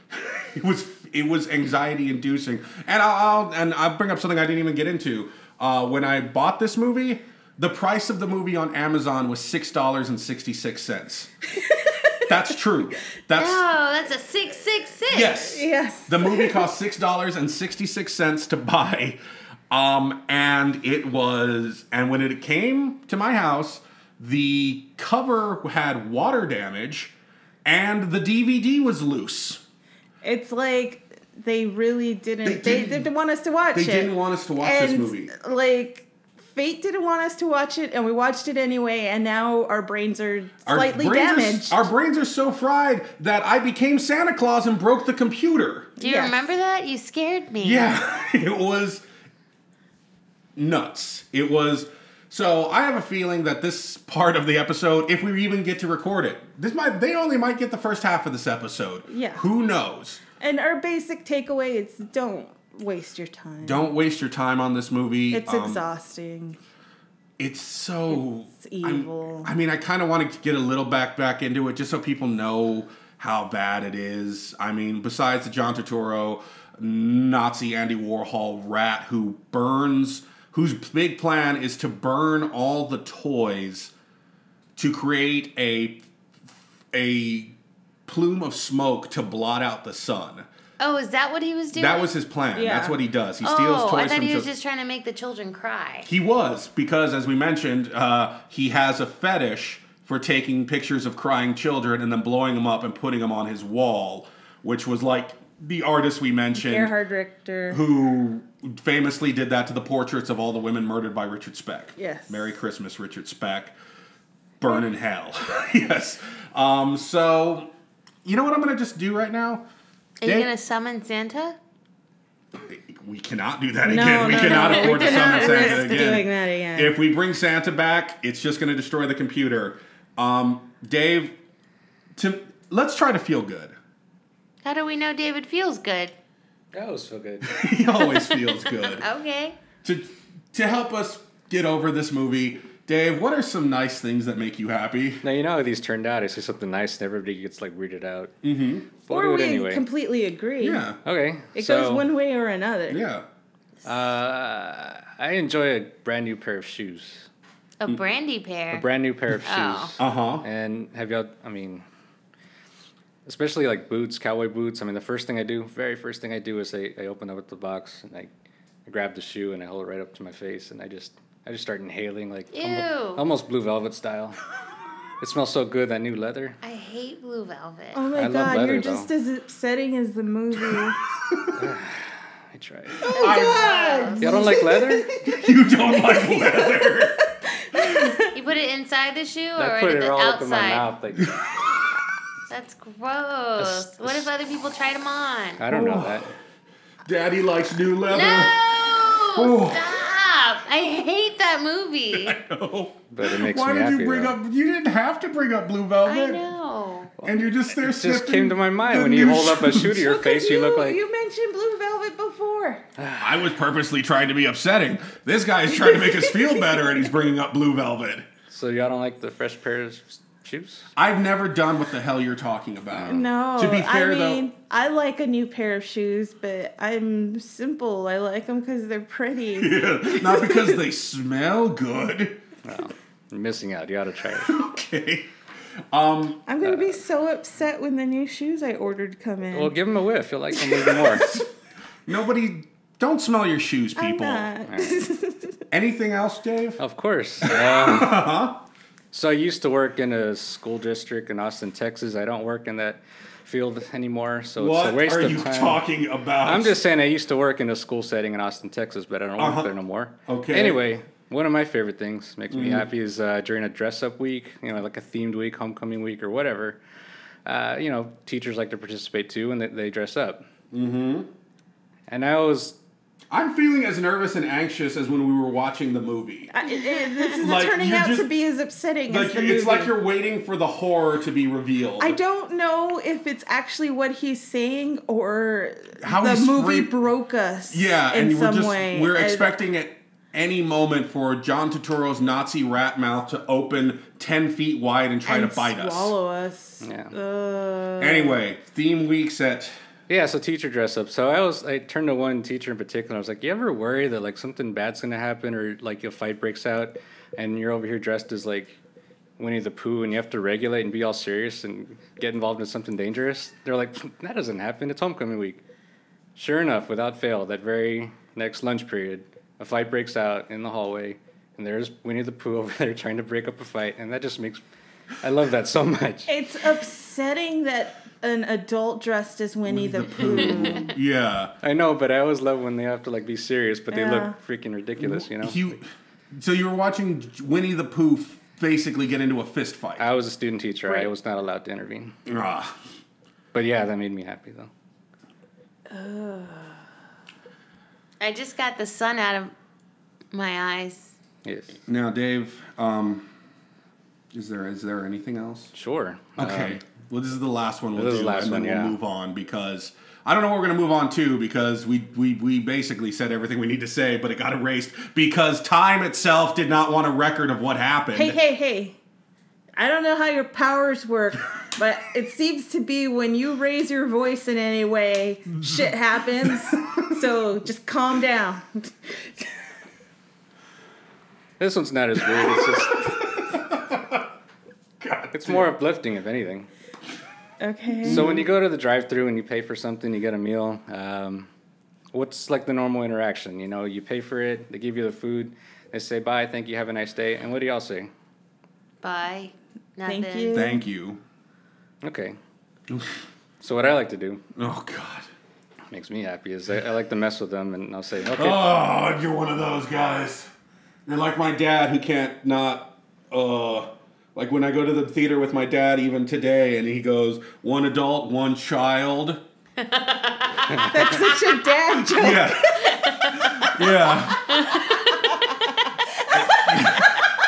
Speaker 1: It was. It was anxiety inducing. And I'll, I'll. And I'll bring up something I didn't even get into. Uh, when I bought this movie, the price of the movie on Amazon was six dollars and sixty six cents. That's true. That's
Speaker 3: Oh, that's a six six six.
Speaker 1: Yes.
Speaker 2: Yes.
Speaker 1: The movie cost six dollars and sixty six cents to buy, um, and it was. And when it came to my house, the cover had water damage, and the DVD was loose.
Speaker 2: It's like they really didn't. They
Speaker 1: They
Speaker 2: didn't,
Speaker 1: didn't-
Speaker 2: want us to watch
Speaker 1: They
Speaker 2: it.
Speaker 1: didn't want us to watch this
Speaker 2: and,
Speaker 1: movie.
Speaker 2: Like Fate didn't want us to watch it, and we watched it anyway. And now our brains are slightly
Speaker 1: brains are-
Speaker 2: damaged.
Speaker 1: our brains are so fried that I became Santa Claus and broke the computer.
Speaker 3: Do you
Speaker 2: Yes.
Speaker 3: remember that? You scared me.
Speaker 1: Yeah, (laughs) it was nuts. It was. So I have a feeling that this part of the episode, if we even get to record it, this might they only might get the first half of this episode.
Speaker 2: Yeah.
Speaker 1: Who knows?
Speaker 2: and our basic takeaway is don't waste your time.
Speaker 1: Don't waste your time on this movie.
Speaker 2: It's
Speaker 1: Um,
Speaker 2: exhausting.
Speaker 1: It's so
Speaker 2: It's
Speaker 1: I'm-
Speaker 2: evil.
Speaker 1: I mean, I kind of want to get a little back back into it just so people know how bad it is. I mean, besides the John Turturro Nazi Andy Warhol rat who burns, whose big plan is to burn all the toys to create a a plume of smoke to blot out the sun.
Speaker 3: Oh, is that what he was doing?
Speaker 1: That was his plan.
Speaker 2: Yeah.
Speaker 1: That's what he does. He steals
Speaker 3: Oh,
Speaker 1: toys
Speaker 3: I thought
Speaker 1: from
Speaker 3: he was
Speaker 1: chil-
Speaker 3: just trying to make the children cry.
Speaker 1: he was because, as we mentioned, uh, he has a fetish for taking pictures of crying children and then blowing them up and putting them on his wall, which was like the artist we mentioned
Speaker 2: Gerhard Richter.
Speaker 1: who famously did that to the portraits of all the women murdered by Richard Speck.
Speaker 2: Yes.
Speaker 1: Merry Christmas, Richard Speck. Burn in hell. (laughs) yes. Um, so, you know what I'm going to just do right now?
Speaker 3: Are you
Speaker 1: Dan-
Speaker 3: gonna summon Santa?
Speaker 1: we cannot do that
Speaker 2: No,
Speaker 1: again. we
Speaker 2: no,
Speaker 1: cannot
Speaker 2: no.
Speaker 1: afford
Speaker 2: We
Speaker 1: to summon
Speaker 2: cannot
Speaker 1: Santa
Speaker 2: risk
Speaker 1: again.
Speaker 2: doing that again.
Speaker 1: If we bring Santa back, it's just going to destroy the computer. Um, Dave, to, let's try to feel good. (laughs)
Speaker 3: How do we know David feels good?
Speaker 4: That was so good.
Speaker 1: He always feels
Speaker 3: (laughs)
Speaker 1: good.
Speaker 3: Okay.
Speaker 1: to to help us get over this movie, Dave, what are some nice things that make you happy?
Speaker 4: now you know how these turned out. I say something nice and everybody gets like weirded out. But we'll
Speaker 2: or
Speaker 4: do
Speaker 2: we
Speaker 4: it anyway.
Speaker 2: completely agree.
Speaker 1: Yeah,
Speaker 4: okay.
Speaker 2: It
Speaker 4: so,
Speaker 2: goes one way or another.
Speaker 1: yeah.
Speaker 4: Uh, I enjoy a brand new pair of shoes.
Speaker 3: A brandy pair.
Speaker 4: Mm. A brand new pair of shoes.
Speaker 3: Oh.
Speaker 1: Uh
Speaker 3: (laughs)
Speaker 1: huh.
Speaker 4: And have y'all? I mean, especially like boots, cowboy boots. I mean, the first thing I do, very first thing I do is I, I open up the box and I, I grab the shoe and I hold it right up to my face and I just I just start inhaling like
Speaker 3: Ew.
Speaker 4: Almost, almost blue velvet style. it smells so good that new leather.
Speaker 3: I hate blue velvet.
Speaker 2: Oh my
Speaker 4: I love
Speaker 2: god,
Speaker 4: leather,
Speaker 2: you're just
Speaker 4: though.
Speaker 2: as upsetting as the
Speaker 1: (laughs)
Speaker 2: movie.
Speaker 4: I try.
Speaker 3: Gross.
Speaker 4: Y'all don't like
Speaker 1: (laughs)
Speaker 4: leather?
Speaker 1: You don't
Speaker 3: (laughs)
Speaker 1: like leather.
Speaker 3: You put it inside the shoe or
Speaker 4: I
Speaker 3: right
Speaker 4: put
Speaker 3: at
Speaker 4: it
Speaker 3: the
Speaker 4: all up
Speaker 3: outside?
Speaker 4: in my mouth. Like
Speaker 3: That's gross.
Speaker 4: That's-
Speaker 3: What if other people tried them on?
Speaker 4: I don't know that.
Speaker 1: Daddy likes new leather.
Speaker 3: No!
Speaker 1: Oh.
Speaker 3: Stop! I hate that
Speaker 4: (laughs)
Speaker 3: movie.
Speaker 1: Oh.
Speaker 4: But it makes
Speaker 1: Why
Speaker 4: me
Speaker 1: did
Speaker 4: happy.
Speaker 1: you bring
Speaker 4: though.
Speaker 1: up? You didn't have to bring up Blue Velvet.
Speaker 3: I know.
Speaker 1: And you're just there.
Speaker 4: It just came to my mind when you hold up a shoe to your face. You, look like
Speaker 2: you mentioned blue velvet before.
Speaker 1: I was purposely trying to be upsetting. This guy is trying to make us feel better,
Speaker 2: (laughs)
Speaker 1: and he's bringing up Blue Velvet.
Speaker 4: so. Y'all don't like the fresh pair of s- shoes?
Speaker 1: I've never done what the hell you're talking about.
Speaker 2: No,
Speaker 1: To be fair,
Speaker 2: I mean,
Speaker 1: though,
Speaker 2: I like a new pair of shoes, but I'm simple. I like them because
Speaker 1: (laughs)
Speaker 2: they're pretty.
Speaker 1: (laughs) not because they smell good. (laughs)
Speaker 4: You're missing out. You ought to try it.
Speaker 1: Okay.
Speaker 2: I'm gonna be so upset when the new shoes I ordered come in.
Speaker 4: Well, give them a whiff. You'll like them
Speaker 1: (laughs)
Speaker 4: even more.
Speaker 1: Nobody, don't smell your shoes,
Speaker 2: I'm
Speaker 1: people.
Speaker 2: not.
Speaker 1: Anything else, Dave? (laughs)
Speaker 4: of course. Um, so I used to work in a school district in Austin, Texas. I don't work in that field anymore. So it's
Speaker 1: What
Speaker 4: a waste
Speaker 1: are
Speaker 4: of
Speaker 1: you
Speaker 4: time.
Speaker 1: talking about?
Speaker 4: I'm just saying I used to work in a school setting in Austin, Texas, but I don't work
Speaker 1: Uh-huh.
Speaker 4: there no more.
Speaker 1: Okay. Mm-hmm.
Speaker 4: Anyway, one of my favorite things makes me happy is uh, during a dress-up week, you know, like a themed week, homecoming week, or whatever. Uh, you know, teachers like to participate too, and they, they dress up. Mm-hmm. And I always
Speaker 1: I'm feeling as nervous and anxious as when we were watching the movie.
Speaker 2: (laughs) I- it- it- this is
Speaker 1: Like,
Speaker 2: turning
Speaker 1: you
Speaker 2: out to
Speaker 1: just-
Speaker 2: be as upsetting
Speaker 1: Like
Speaker 2: as
Speaker 1: it's
Speaker 2: the movie.
Speaker 1: like you're waiting for the horror to be revealed.
Speaker 2: I don't know if it's actually what he's saying or
Speaker 1: How
Speaker 2: the
Speaker 1: he's
Speaker 2: movie
Speaker 1: free-
Speaker 2: broke us.
Speaker 1: Yeah,
Speaker 2: in
Speaker 1: and we're
Speaker 2: some
Speaker 1: just
Speaker 2: way. uh,
Speaker 1: we're
Speaker 2: I-
Speaker 1: expecting at any moment for John Turturro's Nazi rat mouth to open ten feet wide and try
Speaker 2: and
Speaker 1: to bite us.
Speaker 2: swallow us. Uh,
Speaker 4: Yeah.
Speaker 2: Ugh.
Speaker 1: Anyway, theme weeks at
Speaker 2: (laughs)
Speaker 4: Yeah, so teacher dress up. So I was I turned to one teacher in particular. I was like, "You ever worry that like something bad's gonna happen or like a fight breaks out, and you're over here dressed as like Winnie the Pooh, and you have to regulate and be all serious and get involved in something dangerous?" They're like, "That doesn't happen. It's homecoming week." Sure enough, without fail, that very next lunch period, a fight breaks out in the hallway, and there's Winnie the Pooh (laughs) over there trying to break up a fight, and that just makes I love that so much.
Speaker 2: It's upsetting that an adult dressed as Winnie the Pooh.
Speaker 1: yeah.
Speaker 4: I know, but I always love when they have to like be serious, but they
Speaker 2: Yeah.
Speaker 4: look freaking ridiculous, you know.
Speaker 1: You so you were watching Winnie the Pooh f- basically get into a fist fight.
Speaker 4: I was a student teacher. I
Speaker 2: Right.
Speaker 4: was not allowed to intervene.
Speaker 1: Ah.
Speaker 4: But yeah, that made me happy though.
Speaker 3: I just got the sun out of my eyes.
Speaker 4: Yes.
Speaker 1: Now, Dave, um, is there is there anything else?
Speaker 4: Sure.
Speaker 1: Okay.
Speaker 4: Um,
Speaker 1: well, this is the last one we'll
Speaker 4: this is
Speaker 1: do,
Speaker 4: the last
Speaker 1: and then
Speaker 4: one,
Speaker 1: we'll
Speaker 4: yeah.
Speaker 1: move on because I don't know what we're gonna move on to because we we we basically said everything we need to say, but it got erased because time itself did not want a record of what happened.
Speaker 2: hey, hey, hey. I don't know how your powers work, but it seems to be when you raise your voice in any way, shit happens. so just calm down.
Speaker 4: this one's not as weird. It's just. it's more uplifting, if anything.
Speaker 2: Okay.
Speaker 4: So when you go to the drive-through and you pay for something, you get a meal. Um, what's like the normal interaction? You know, you pay for it. They give you the food. They say bye, thank you, have a nice day. And what do y'all say?
Speaker 3: Bye. Nothing.
Speaker 2: Thank you.
Speaker 1: Thank you.
Speaker 4: Okay. so what I like to do
Speaker 1: Oh God.
Speaker 4: makes me happy is I, I like to mess with them and I'll say okay.
Speaker 1: Oh, you're one of those guys. You're like my dad who can't not uh like when I go to the theater with my dad even today and he goes, one adult, one child.
Speaker 2: That's such a dad
Speaker 1: Yeah. (laughs)
Speaker 2: joke.
Speaker 1: yeah.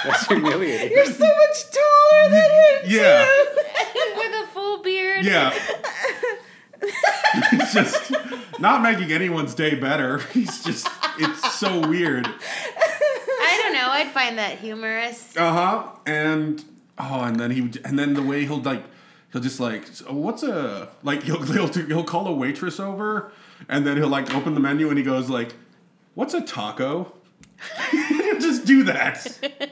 Speaker 4: That's humiliating. (laughs)
Speaker 2: You're so much taller than him.
Speaker 1: Yeah.
Speaker 3: With a full beard.
Speaker 1: Yeah. It's just not making anyone's day better. He's just it's so weird.
Speaker 3: I don't know. I'd find that humorous.
Speaker 1: Uh-huh. And oh, and then he would- and then the way he'll like he'll just like "So what's a like he'll he'll, do- he'll call a waitress over and then he'll like open the menu and he goes like what's a taco? (laughs) He'll just do that.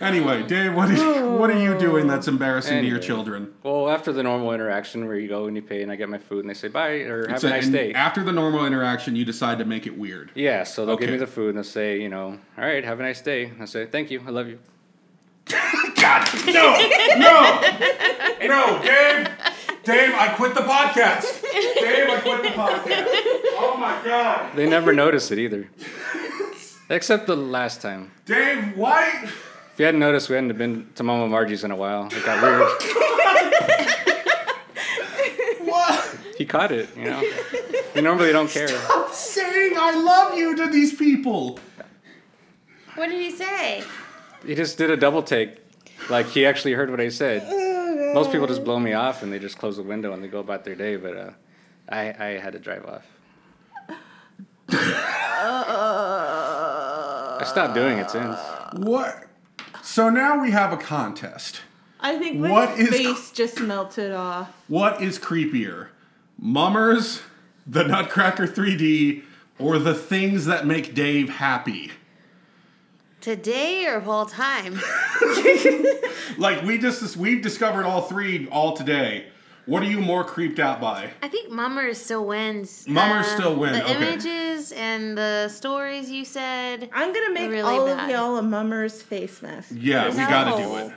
Speaker 1: Anyway, Dave, what are, what are you doing that's embarrassing to your
Speaker 4: Anyway.
Speaker 1: children?
Speaker 4: Well, after the normal interaction where you go and you pay and I get my food and they say bye or have
Speaker 1: So,
Speaker 4: a nice
Speaker 1: and
Speaker 4: day.
Speaker 1: After the normal interaction, you decide to make it weird.
Speaker 4: yeah, so they'll give
Speaker 1: Okay.
Speaker 4: me the food and they'll say, you know, all right, have a nice day. And I'll say, thank you, I love you.
Speaker 1: (laughs) God, no, no, no, Dave, Dave, I quit the podcast. Dave, I quit the podcast. Oh my God,
Speaker 4: They never notice it either. Except the last time.
Speaker 1: Dave, why?
Speaker 4: If you hadn't noticed, we hadn't been to Mama Margie's in a while. It got weird.
Speaker 1: What?
Speaker 4: he caught it, you know. We normally don't care.
Speaker 1: I'm saying I love you to these people.
Speaker 3: What did he say?
Speaker 4: He just did a double take. Like he actually heard what I said. Most people just blow me off and they just close the window and they go about their day, but uh, I, I had to drive off. I stopped doing it since.
Speaker 1: What? So now we have a contest.
Speaker 2: I think my
Speaker 1: What is-
Speaker 2: face just melted off.
Speaker 1: What is creepier, Mummers, the Nutcracker 3D, or the things that make Dave happy?
Speaker 3: Today or of all time? (laughs)
Speaker 1: Like we just we've discovered all three all today. What are you more creeped out by?
Speaker 3: I think Mummer still wins.
Speaker 1: Mummer still win,
Speaker 3: The
Speaker 1: okay.
Speaker 3: images and the stories you said.
Speaker 2: I'm gonna make
Speaker 3: Really
Speaker 2: all of
Speaker 3: bad.
Speaker 2: y'all a mummer's face mask. Oh.
Speaker 1: Yeah, we gotta do
Speaker 3: No.
Speaker 1: it.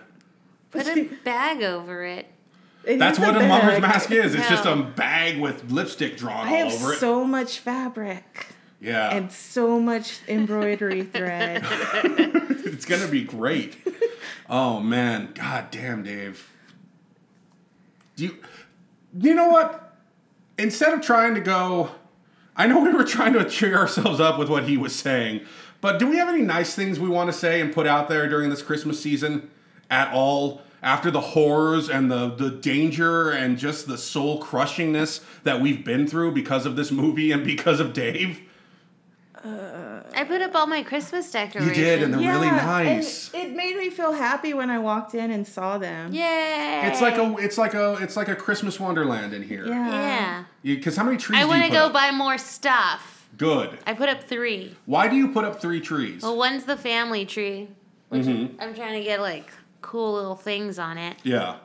Speaker 3: Put a bag over it.
Speaker 2: It
Speaker 1: That's
Speaker 2: is
Speaker 1: what a mummer's
Speaker 2: bag.
Speaker 1: mask is. It's just
Speaker 3: No.
Speaker 1: a bag with lipstick drawn
Speaker 2: I
Speaker 1: all
Speaker 2: have
Speaker 1: over it.
Speaker 2: so much fabric
Speaker 1: Yeah,
Speaker 2: and so much (laughs) embroidery thread.
Speaker 1: it's gonna be great. oh man, god damn, Dave. Do you, you know what? Instead of trying to go, I know we were trying to cheer ourselves up with what he was saying, but do we have any nice things we want to say and put out there during this Christmas season at all? After the horrors and the, the danger and just the soul crushingness that we've been through because of this movie and because of Dave,
Speaker 3: I put up all my Christmas
Speaker 1: you
Speaker 3: decorations.
Speaker 1: did, and they're really
Speaker 2: and
Speaker 1: nice.
Speaker 2: It made me feel happy when I walked in and saw them.
Speaker 3: Yay!
Speaker 1: It's like a it's like a it's like a Christmas wonderland in here.
Speaker 2: Yeah.
Speaker 3: yeah.
Speaker 1: Because how many trees?
Speaker 3: I
Speaker 1: do
Speaker 3: want
Speaker 1: you
Speaker 3: to
Speaker 1: put
Speaker 3: go
Speaker 1: up?
Speaker 3: buy more stuff.
Speaker 1: Good.
Speaker 3: I put up three.
Speaker 1: Why do you put up three trees?
Speaker 3: Well, one's the family tree, which
Speaker 1: Mm-hmm.
Speaker 3: I'm trying to get like cool little things on it,
Speaker 1: yeah,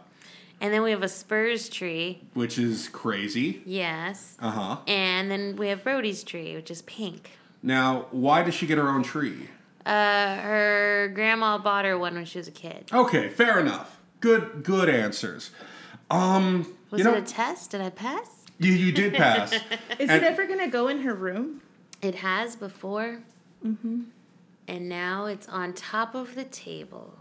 Speaker 3: and then we have a Spurs tree.
Speaker 1: which is crazy.
Speaker 3: Yes.
Speaker 1: Uh huh.
Speaker 3: And then we have Brody's tree, which is pink.
Speaker 1: Now, why does she get her own tree?
Speaker 3: Uh, her grandma bought her one when she was a kid.
Speaker 1: Okay, fair enough. Good, good answers. Um,
Speaker 3: Was
Speaker 1: you know,
Speaker 3: it a test? Did I pass?
Speaker 1: you, you
Speaker 3: (laughs)
Speaker 1: did pass.
Speaker 2: Is
Speaker 1: And-
Speaker 2: it ever gonna go in her room?
Speaker 3: It has before. Mm-hmm. And now it's on top of the table.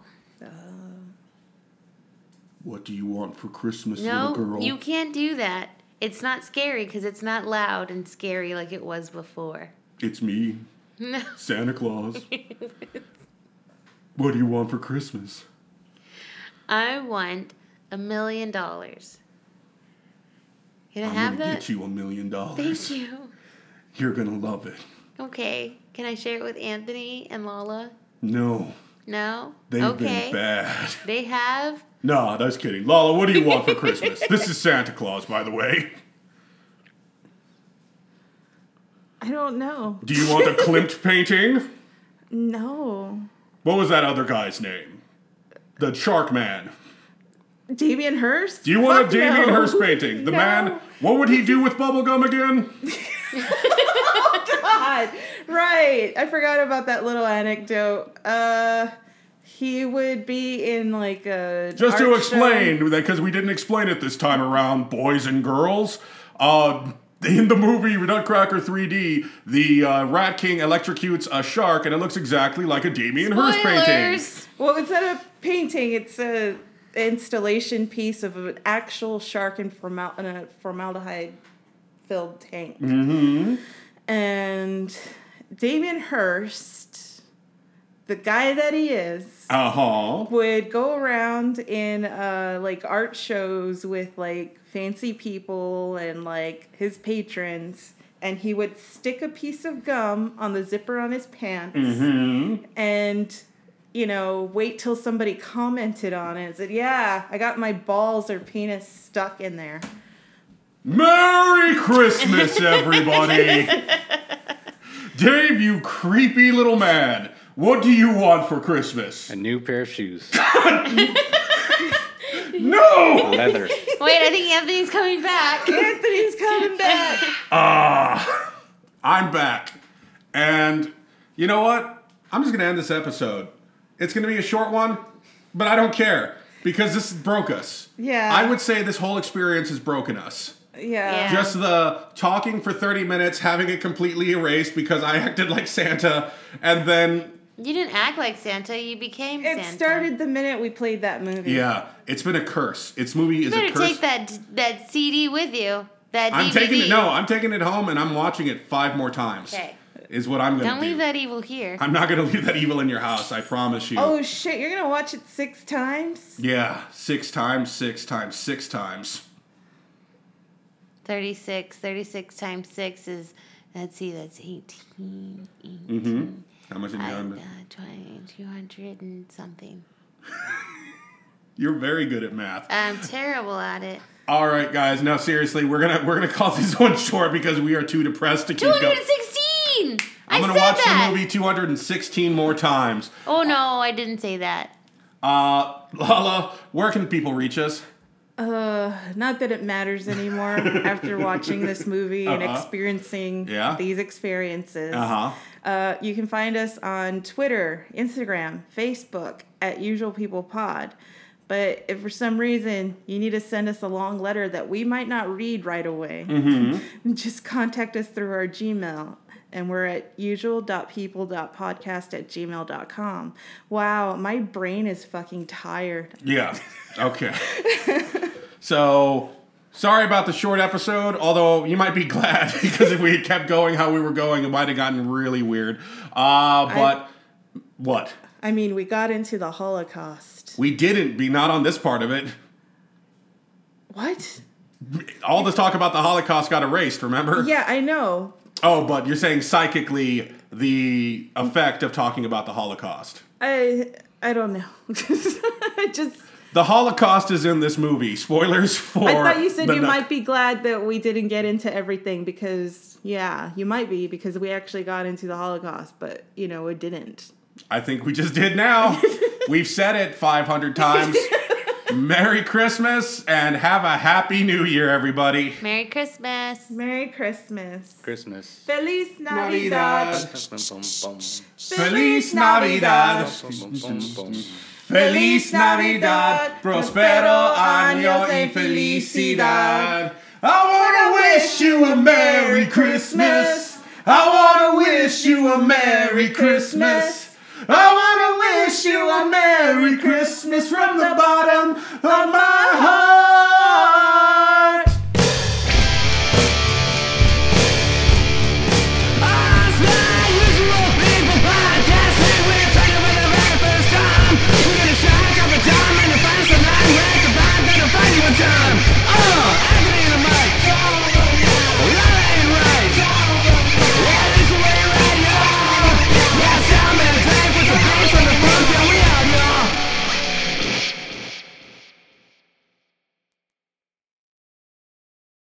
Speaker 1: what do you want for Christmas, little
Speaker 3: No,
Speaker 1: girl?
Speaker 3: you can't do that. It's not scary because it's not loud and scary like it was before.
Speaker 1: It's me,
Speaker 3: No.
Speaker 1: Santa
Speaker 3: (laughs)
Speaker 1: Claus. what do you want for Christmas?
Speaker 3: I want a million dollars. Can I
Speaker 1: I'm
Speaker 3: have
Speaker 1: gonna
Speaker 3: that?
Speaker 1: get you a million
Speaker 3: (laughs) Thank
Speaker 1: dollars.
Speaker 3: you.
Speaker 1: You're gonna love it.
Speaker 3: Okay. Can I share it with Anthony and Lala?
Speaker 1: No,
Speaker 3: No?
Speaker 1: they've
Speaker 3: okay.
Speaker 1: been bad.
Speaker 3: They have.
Speaker 1: Nah, that's kidding. Lala, what do you want for
Speaker 2: (laughs)
Speaker 1: Christmas? this is Santa Claus, by the way.
Speaker 2: I don't know.
Speaker 1: Do you want the Klimt painting?
Speaker 2: No.
Speaker 1: What was that other guy's name? The Shark Man.
Speaker 2: Damien Hirst?
Speaker 1: Do you want
Speaker 2: Fuck
Speaker 1: a Damien
Speaker 2: no.
Speaker 1: Hirst painting? The
Speaker 2: No.
Speaker 1: man. What would he do with bubblegum again?
Speaker 2: God. Right. I forgot about that little anecdote. Uh he would be in like a
Speaker 1: Just to
Speaker 2: art show.
Speaker 1: explain, because we didn't explain it this time around, boys and girls. Uh, in the movie Nutcracker 3D, the uh, Rat King electrocutes a shark, and it looks exactly like a Damien Hirst painting.
Speaker 3: Spoilers!
Speaker 2: Well, it's not a painting. It's a installation piece of an actual shark in, formal- in a formaldehyde-filled tank. Mm-hmm. And Damien Hirst, the guy that he is,
Speaker 1: Uh huh.
Speaker 2: would go around in uh, like art shows with like fancy people and like his patrons. And he would stick a piece of gum on the zipper on his pants and you know wait till somebody commented on it and said yeah i got my balls or penis stuck in there
Speaker 1: Merry Christmas, everybody! Dave, you creepy little man, what do you want for Christmas?
Speaker 4: A new pair of shoes,
Speaker 1: No!
Speaker 4: leather.
Speaker 3: Wait, I think Anthony's
Speaker 1: (laughs)
Speaker 3: coming back.
Speaker 2: anthony's coming back
Speaker 1: Ah, I'm back. And you know what? I'm just gonna end this episode. It's gonna be a short one, but I don't care because this broke us.
Speaker 2: Yeah.
Speaker 1: I would say this whole experience has broken us.
Speaker 2: yeah,
Speaker 3: Yeah.
Speaker 1: Just the talking for 30 minutes, having it completely erased because I acted like Santa, and then
Speaker 3: You didn't act like Santa, you became
Speaker 2: it
Speaker 3: Santa.
Speaker 2: started the minute we played that movie
Speaker 1: Yeah, it's been a curse. It's movie is
Speaker 3: You
Speaker 1: a
Speaker 3: better
Speaker 1: curse.
Speaker 3: take that that CD with you. That DVD.
Speaker 1: I'm taking it. No, I'm taking it home and I'm watching it five more times.
Speaker 3: Okay.
Speaker 1: Is what I'm gonna
Speaker 3: Don't
Speaker 1: do.
Speaker 3: leave that evil here.
Speaker 1: I'm not gonna (laughs) leave that evil in your house. I promise you.
Speaker 2: oh shit you're gonna watch it six times
Speaker 1: Yeah, six times, six times, six times.
Speaker 3: 36. 36 times 6 is, let's see, that's
Speaker 1: Mm-hmm,
Speaker 3: 18. 18
Speaker 1: How much have you
Speaker 3: uh,
Speaker 1: done?
Speaker 3: 20, 200 and something.
Speaker 1: You're very good at math. (laughs)
Speaker 3: I'm terrible at it.
Speaker 1: All right, guys. Now seriously, we're gonna we're gonna call (laughs) this one short because we are too depressed to keep going.
Speaker 3: 216!
Speaker 1: I'm
Speaker 3: I
Speaker 1: gonna
Speaker 3: said
Speaker 1: watch
Speaker 3: that.
Speaker 1: the movie 216 more times.
Speaker 3: Oh no, I didn't say that.
Speaker 1: Uh, Lala, where can people reach us?
Speaker 2: uh not that it
Speaker 1: (laughs)
Speaker 2: matters anymore after watching this movie and
Speaker 1: Uh-huh.
Speaker 2: experiencing
Speaker 1: Yeah.
Speaker 2: these experiences
Speaker 1: Uh huh.
Speaker 2: Uh, you can find us on Twitter, Instagram, Facebook at Usual People Pod. But if for some reason you need to send us a long letter that we might not read right away,
Speaker 1: Mm-hmm.
Speaker 2: (laughs) just contact us through our Gmail. And we're at usual.people.podcast at gmail.com. Wow, my brain is fucking tired.
Speaker 1: Yeah. Okay. so sorry about the short episode, although you might be glad (laughs) because if we had kept going how we were going, it might have gotten really weird. Uh, but what?
Speaker 2: I mean, we got into the Holocaust.
Speaker 1: We didn't be not on this part of it.
Speaker 2: What?
Speaker 1: All this talk about the Holocaust got erased, remember?
Speaker 2: Yeah, I know.
Speaker 1: Oh, but you're saying psychically the effect of talking about the Holocaust.
Speaker 2: I I don't know. (laughs) I just
Speaker 1: The Holocaust is in this movie. Spoilers for
Speaker 2: I thought you said
Speaker 1: the
Speaker 2: you
Speaker 1: Nook.
Speaker 2: might be glad that we didn't get into everything because yeah, you might be because we actually got into the Holocaust, but you know, it didn't.
Speaker 1: I think we just did (laughs) now. We've said it 500 times. Merry Christmas and have a happy new year, everybody.
Speaker 3: Merry Christmas.
Speaker 2: Merry Christmas.
Speaker 4: Christmas.
Speaker 2: Feliz Navidad.
Speaker 1: Navidad.
Speaker 4: Feliz
Speaker 1: Feliz Navidad. Feliz Navidad. Prospero año y felicidad. I want to wish you a Merry Christmas. I want to wish you a Merry Christmas. I want to wish you a Merry Christmas from the bottom